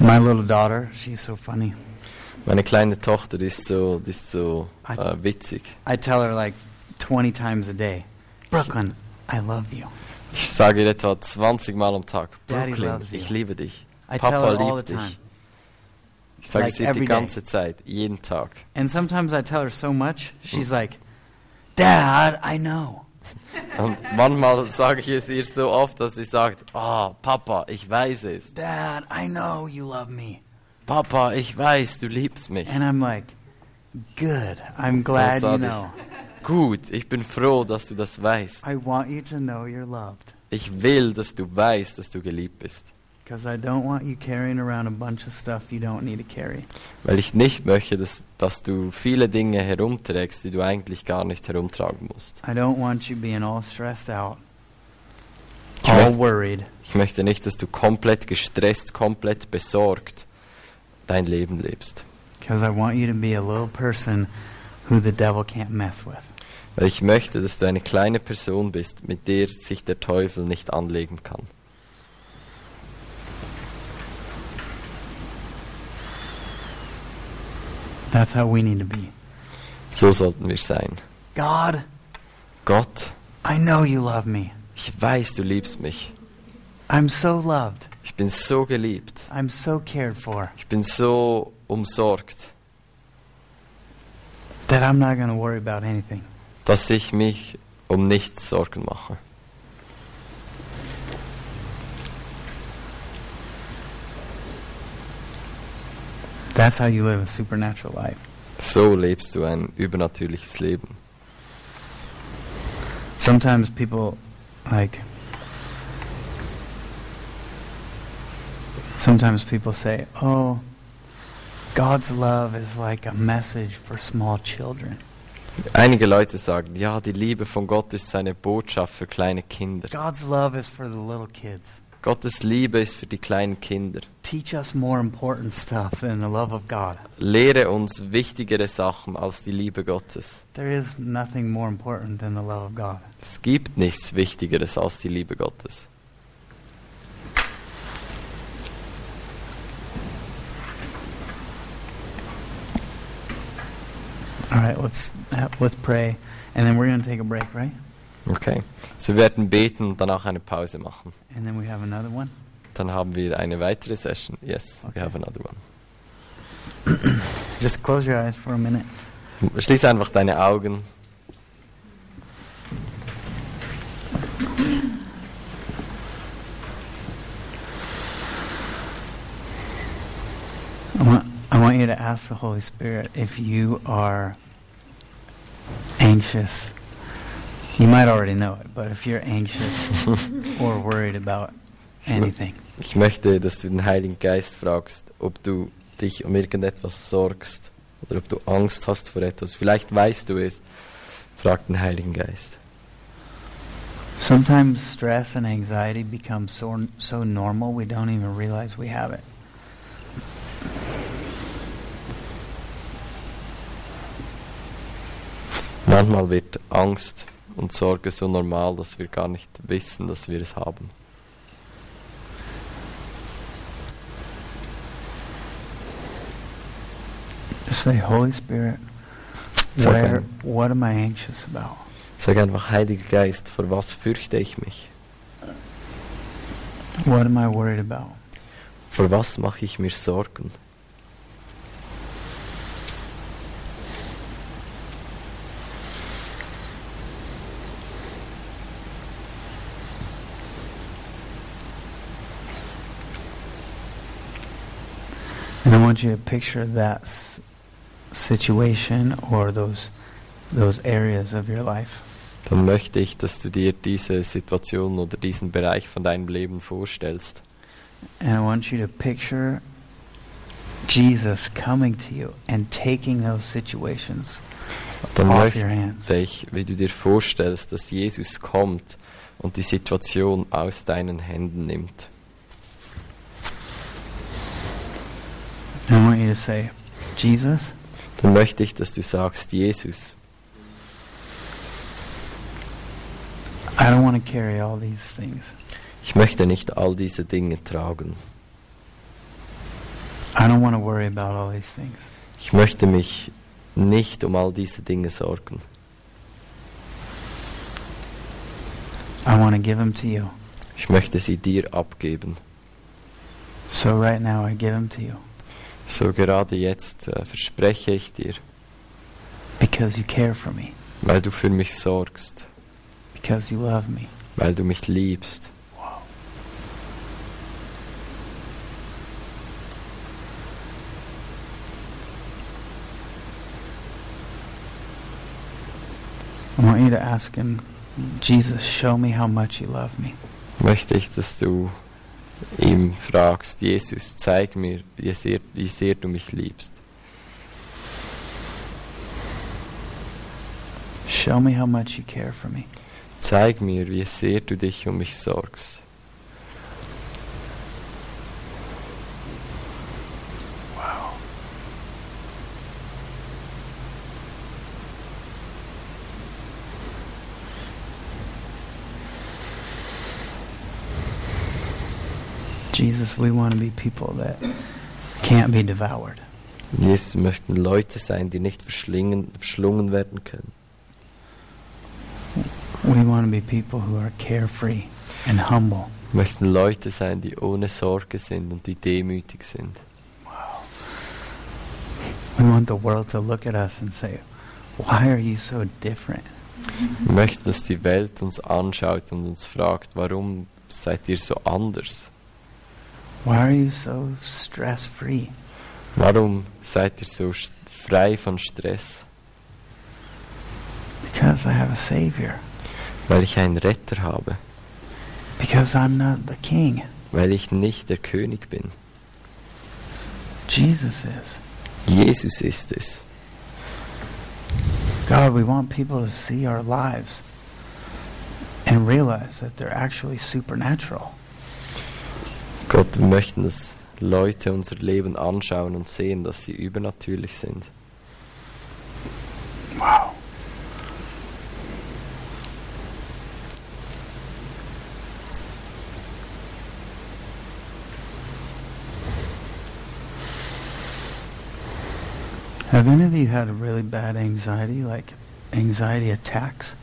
Speaker 1: My little daughter, she's so funny.
Speaker 2: Meine kleine Tochter die ist so, die ist so äh, witzig.
Speaker 1: I tell her like 20 times a day, Brooklyn, I love you.
Speaker 2: Ich sage ihr etwa 20 Mal am Tag,
Speaker 1: Daddy
Speaker 2: Brooklyn,
Speaker 1: loves you.
Speaker 2: ich liebe dich.
Speaker 1: I
Speaker 2: Papa
Speaker 1: tell her all the
Speaker 2: liebt dich.
Speaker 1: time.
Speaker 2: Ich sage
Speaker 1: Like
Speaker 2: es ihr die
Speaker 1: every day.
Speaker 2: ganze Zeit, jeden Tag.
Speaker 1: And sometimes I tell her so much, she's like, Dad, I know.
Speaker 2: Und manchmal sage ich es ihr so oft, dass sie sagt, ah, Papa, ich weiß es.
Speaker 1: Dad, I know you love me.
Speaker 2: Papa, ich weiß, du liebst mich.
Speaker 1: And I'm like, Good. I'm glad you
Speaker 2: Großartig.
Speaker 1: know.
Speaker 2: Gut, ich bin froh, dass du das weißt.
Speaker 1: I want you to know you're loved
Speaker 2: Ich will, dass du weißt, dass du geliebt bist.
Speaker 1: because I don't want you carrying around a bunch of stuff you don't need to carry.
Speaker 2: Weil ich nicht möchte, dass, dass du viele Dinge herumträgst, die du eigentlich gar nicht herumtragen musst.
Speaker 1: I don't want you being all stressed out,
Speaker 2: Ich,
Speaker 1: all
Speaker 2: möcht,
Speaker 1: worried.
Speaker 2: ich möchte nicht, dass du komplett gestresst, komplett besorgt dein Leben lebst.
Speaker 1: Because I want you to be a little person who the devil can't mess with.
Speaker 2: Weil ich möchte, dass du eine kleine Person bist, mit der sich der Teufel nicht anlegen kann.
Speaker 1: That's how we need to be.
Speaker 2: So sollten wir sein.
Speaker 1: God,
Speaker 2: Gott,
Speaker 1: I know you love me.
Speaker 2: ich weiß, du liebst mich.
Speaker 1: I'm so loved.
Speaker 2: Ich bin so geliebt.
Speaker 1: I'm so cared for
Speaker 2: Ich bin so umsorgt.
Speaker 1: that I'm not going to worry about anything.
Speaker 2: dass ich mich um nichts Sorgen mache.
Speaker 1: That's how you live a supernatural life.
Speaker 2: So lebst du ein übernatürliches Leben.
Speaker 1: Sometimes people, like, sometimes people say, oh, God's love is like a message for small children.
Speaker 2: Einige Leute sagen, ja, die Liebe von Gott ist seine Botschaft für kleine Kinder.
Speaker 1: God's love is for the little kids.
Speaker 2: Gottes Liebe ist für die kleinen Kinder.
Speaker 1: Teach us more important stuff than the love of God.
Speaker 2: Lehre uns wichtigere Sachen als die Liebe Gottes.
Speaker 1: There is nothing more important than the love of God.
Speaker 2: Es gibt nichts Wichtigeres als die Liebe Gottes.
Speaker 1: I All right, let's, uh, let's pray. And then we're going to take a break, right?
Speaker 2: Okay. So wir werden beten und danach eine Pause machen.
Speaker 1: And then we have another one.
Speaker 2: Dann haben wir eine weitere Session. Yes,
Speaker 1: Okay.
Speaker 2: we have another one.
Speaker 1: Just close your eyes for a minute.
Speaker 2: Schließ einfach deine Augen.
Speaker 1: I want, I want you to ask the Holy Spirit if you are anxious. You might already know it, but if you're anxious or worried about anything,
Speaker 2: Ich möchte, dass du den Heiligen Geist fragst, ob du dich um irgendetwas sorgst oder ob du Angst hast vor etwas. Vielleicht weißt du es. Frag den Heiligen Geist.
Speaker 1: sometimes stress and anxiety become so, so normal we don't even realize we have it.
Speaker 2: Manchmal wird Angst und Sorge so normal, dass wir gar nicht wissen, dass wir es haben.
Speaker 1: Just say, Holy Spirit,
Speaker 2: It's
Speaker 1: where,
Speaker 2: okay.
Speaker 1: what am I anxious about?
Speaker 2: Sag einfach, Heiliger Geist, vor was fürchte ich mich?
Speaker 1: What am I worried about?
Speaker 2: Vor was mache ich mir Sorgen?
Speaker 1: And I want you to picture that s- situation or those those areas of your life.
Speaker 2: Dann möchte ich, dass du dir diese Situation oder diesen Bereich von deinem Leben vorstellst.
Speaker 1: And I want you to picture Jesus coming to you and taking those situations
Speaker 2: Dann
Speaker 1: off
Speaker 2: möchte
Speaker 1: your hands.
Speaker 2: dich, wie du dir vorstellst, dass Jesus kommt und die Situation aus deinen Händen nimmt.
Speaker 1: And I want you to say, Jesus,
Speaker 2: Dann möchte ich, dass du sagst, Jesus,
Speaker 1: I don't want to carry all these things.
Speaker 2: ich möchte nicht all diese Dinge tragen.
Speaker 1: I don't want to worry about all these things.
Speaker 2: Ich möchte mich nicht um all diese Dinge sorgen.
Speaker 1: I want to give them to you.
Speaker 2: Ich möchte sie dir abgeben.
Speaker 1: So right now I give them to you
Speaker 2: So gerade jetzt äh, verspreche ich dir,
Speaker 1: because you care for me,
Speaker 2: weil du für mich sorgst,
Speaker 1: because you love me.
Speaker 2: weil du mich liebst.
Speaker 1: I want you to ask him, Jesus, show me how much you love me.
Speaker 2: Möchte ich, dass du ihm fragst, Jesus, zeig mir, wie sehr, wie sehr du mich liebst.
Speaker 1: Show me how much you care for me.
Speaker 2: Zeig mir, wie sehr du dich um mich sorgst.
Speaker 1: Jesus, we want to be people that can't be devoured.
Speaker 2: Jesus wir möchten Leute sein, die nicht verschlingen, verschlungen werden können.
Speaker 1: We want to be people who are carefree and humble.
Speaker 2: Wir möchten Leute sein, die ohne Sorge sind und die demütig sind.
Speaker 1: We want the world to look at us and say, Why are you so different?
Speaker 2: Wir möchten, dass die Welt uns anschaut und uns fragt, warum seid ihr so anders?
Speaker 1: Why are you so stress free?
Speaker 2: Warum seid ihr so st- frei von Stress?
Speaker 1: Because I have a Savior.
Speaker 2: Weil ich einen Retter habe,
Speaker 1: Because I'm not the king.
Speaker 2: weil ich nicht der König bin.
Speaker 1: Jesus is.
Speaker 2: Jesus ist es.
Speaker 1: God, we want people to see our lives and realize that they're actually supernatural.
Speaker 2: Gott, wir möchten, dass Leute unser Leben anschauen und sehen, dass sie übernatürlich sind.
Speaker 1: Wow. Have any of you had a really bad anxiety, like anxiety attacks?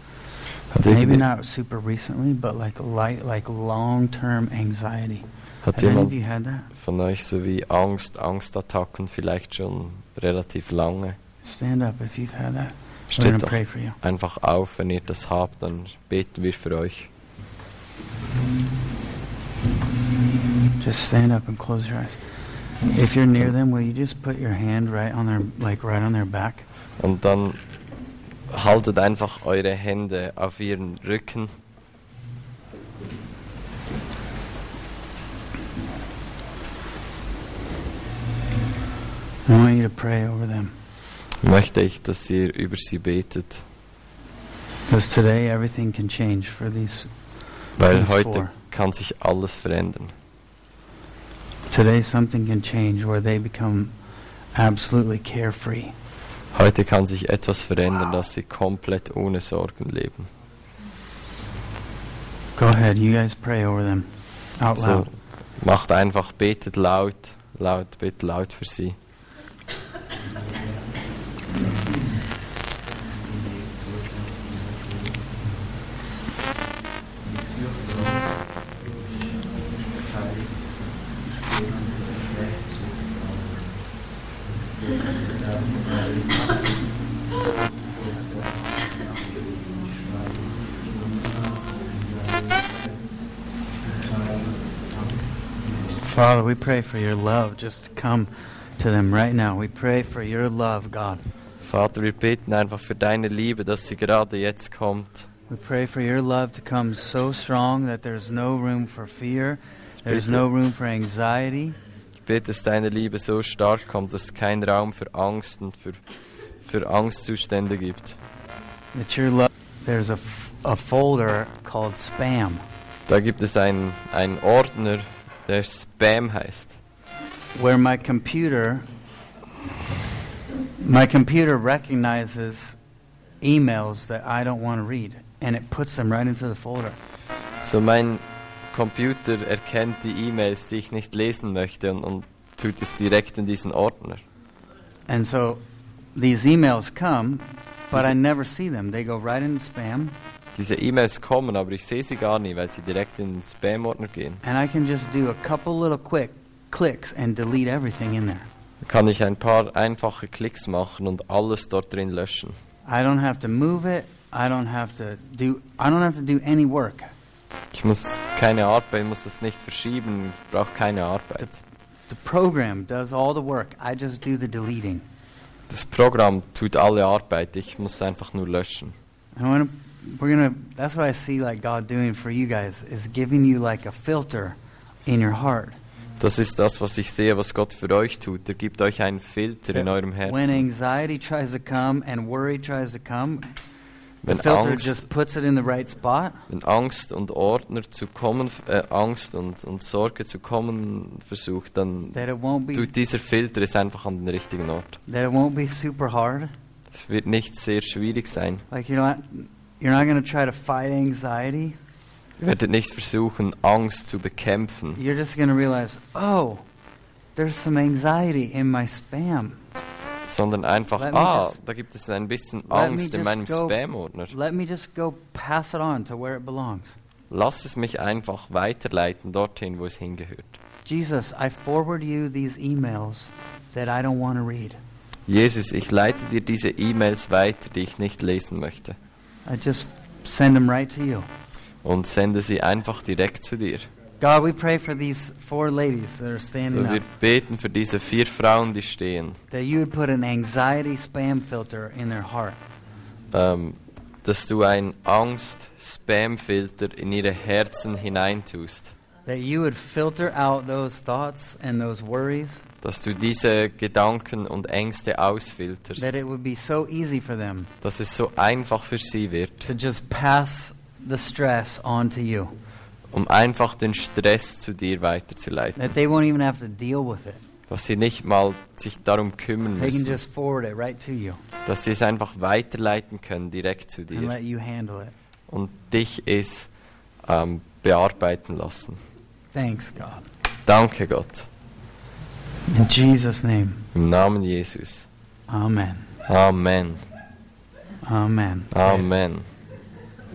Speaker 2: Hat,
Speaker 1: Maybe
Speaker 2: irgende-
Speaker 1: not super recently, but like light, like long-term anxiety.
Speaker 2: hat
Speaker 1: Have any of
Speaker 2: jemand
Speaker 1: you had that?
Speaker 2: von euch so wie Angst, Angstattacken vielleicht schon relativ lange?
Speaker 1: Stand up if you've had that. We're
Speaker 2: Steht
Speaker 1: gonna
Speaker 2: doch
Speaker 1: pray for you.
Speaker 2: einfach auf, wenn ihr das habt, dann beten wir für euch.
Speaker 1: Just stand up and close your eyes. If you're near them, will you just put your hand right on their, like right on their back?
Speaker 2: Und dann haltet einfach eure Hände auf ihren Rücken.
Speaker 1: I want you to pray over them.
Speaker 2: Möchte ich, dass ihr über sie betet.
Speaker 1: Because today everything can change for these.
Speaker 2: Weil
Speaker 1: these
Speaker 2: heute
Speaker 1: four.
Speaker 2: kann sich alles verändern.
Speaker 1: Today something can change where they become absolutely carefree.
Speaker 2: Heute kann sich etwas verändern,
Speaker 1: Wow.
Speaker 2: dass sie komplett ohne Sorgen leben.
Speaker 1: Go ahead, you guys pray over them out
Speaker 2: So,
Speaker 1: loud.
Speaker 2: macht einfach, betet laut, laut, betet laut für sie.
Speaker 1: Father, we pray for your love just to come to them right now. We pray for your love, God.
Speaker 2: Vater, wir beten einfach für deine Liebe, dass sie gerade jetzt kommt.
Speaker 1: We pray for your love to come so strong that there's no room for fear,
Speaker 2: Ich
Speaker 1: there's
Speaker 2: bete,
Speaker 1: no room for anxiety.
Speaker 2: ich bete, dass deine Liebe so stark kommt, dass es keinen Raum für Angst und für, für Angstzustände gibt.
Speaker 1: that your love there's a, f- a folder called spam
Speaker 2: Da gibt es einen, einen Ordner, der Spam heißt.
Speaker 1: where my computer my computer recognizes emails that I don't want to read and it puts them right into the folder.
Speaker 2: So mein Computer erkennt die E-Mails, die ich nicht lesen möchte und, und tut es direkt in diesen Ordner.
Speaker 1: And so these emails come, but
Speaker 2: Is it-
Speaker 1: I never see them. They go right into spam
Speaker 2: Diese E-Mails kommen, aber ich sehe sie gar nie, weil sie direkt in den Spam-Ordner gehen.
Speaker 1: and I can just do a couple little quick clicks and delete everything in there.
Speaker 2: Da kann ich ein paar einfache Klicks machen und alles dort drin löschen.
Speaker 1: I don't have to move it. I don't have to do I don't have to do any work.
Speaker 2: Ich muss keine Arbeit, ich muss das nicht verschieben, ich brauche keine Arbeit.
Speaker 1: The program does all the work. I just do the deleting.
Speaker 2: Das Programm tut alle Arbeit, ich muss einfach nur löschen.
Speaker 1: I want to. We're gonna. That's what I see like God doing for you guys is giving you like a filter in your heart.
Speaker 2: Das ist das, was ich sehe, was Gott für euch tut. Er gibt euch einen Filter in eurem
Speaker 1: When
Speaker 2: Herzen.
Speaker 1: anxiety tries to come and worry tries to come, the
Speaker 2: Wenn
Speaker 1: filter
Speaker 2: Angst
Speaker 1: just puts it in the right spot,
Speaker 2: Wenn Angst und Ordner zu kommen, äh, Angst und, und Sorge zu kommen versucht, dann
Speaker 1: that it won't be
Speaker 2: tut dieser Filter es einfach an den richtigen Ort.
Speaker 1: that it won't be super hard.
Speaker 2: Es wird nicht sehr schwierig sein.
Speaker 1: Like you're not you're not gonna try to fight anxiety.
Speaker 2: Ihr werdet nicht versuchen, Angst zu bekämpfen.
Speaker 1: You're just gonna realize, oh, there's some anxiety in my spam.
Speaker 2: sondern einfach,
Speaker 1: Let me
Speaker 2: ah,
Speaker 1: just-
Speaker 2: da gibt es ein bisschen
Speaker 1: me
Speaker 2: Angst in
Speaker 1: just
Speaker 2: meinem
Speaker 1: go-
Speaker 2: Spam-Ordner.
Speaker 1: Let me just go pass it on to where it belongs.
Speaker 2: Lass es mich einfach weiterleiten dorthin, wo es hingehört.
Speaker 1: Jesus, I forward you these emails that I don't want to read.
Speaker 2: Jesus, ich leite dir diese E-Mails weiter, die ich nicht lesen möchte.
Speaker 1: I just send them right to you.
Speaker 2: Und sende sie einfach direkt zu dir.
Speaker 1: God, we pray for these four ladies that are standing
Speaker 2: So, wir
Speaker 1: up,
Speaker 2: beten für diese vier Frauen, die stehen.
Speaker 1: that you would put an anxiety spam filter in their heart,
Speaker 2: ähm, dass du ein Angst-Spam-Filter in ihre Herzen hineintust.
Speaker 1: that you would filter out those thoughts and those worries,
Speaker 2: Dass du diese Gedanken und Ängste ausfilterst.
Speaker 1: that it would be so easy for them
Speaker 2: Dass es so einfach für sie wird,
Speaker 1: to just pass the stress on to you,
Speaker 2: um einfach den Stress zu dir weiterzuleiten.
Speaker 1: that they won't even have to deal with it.
Speaker 2: Dass sie nicht mal sich darum kümmern
Speaker 1: They can
Speaker 2: müssen.
Speaker 1: just forward it right to you
Speaker 2: Dass sie es einfach weiterleiten können, direkt zu
Speaker 1: and
Speaker 2: dir.
Speaker 1: let you handle it.
Speaker 2: Und dich es ähm, bearbeiten lassen.
Speaker 1: Thanks, God.
Speaker 2: Danke Gott.
Speaker 1: In Jesus' name.
Speaker 2: Im Namen Jesus.
Speaker 1: Amen.
Speaker 2: Amen.
Speaker 1: Amen.
Speaker 2: Amen.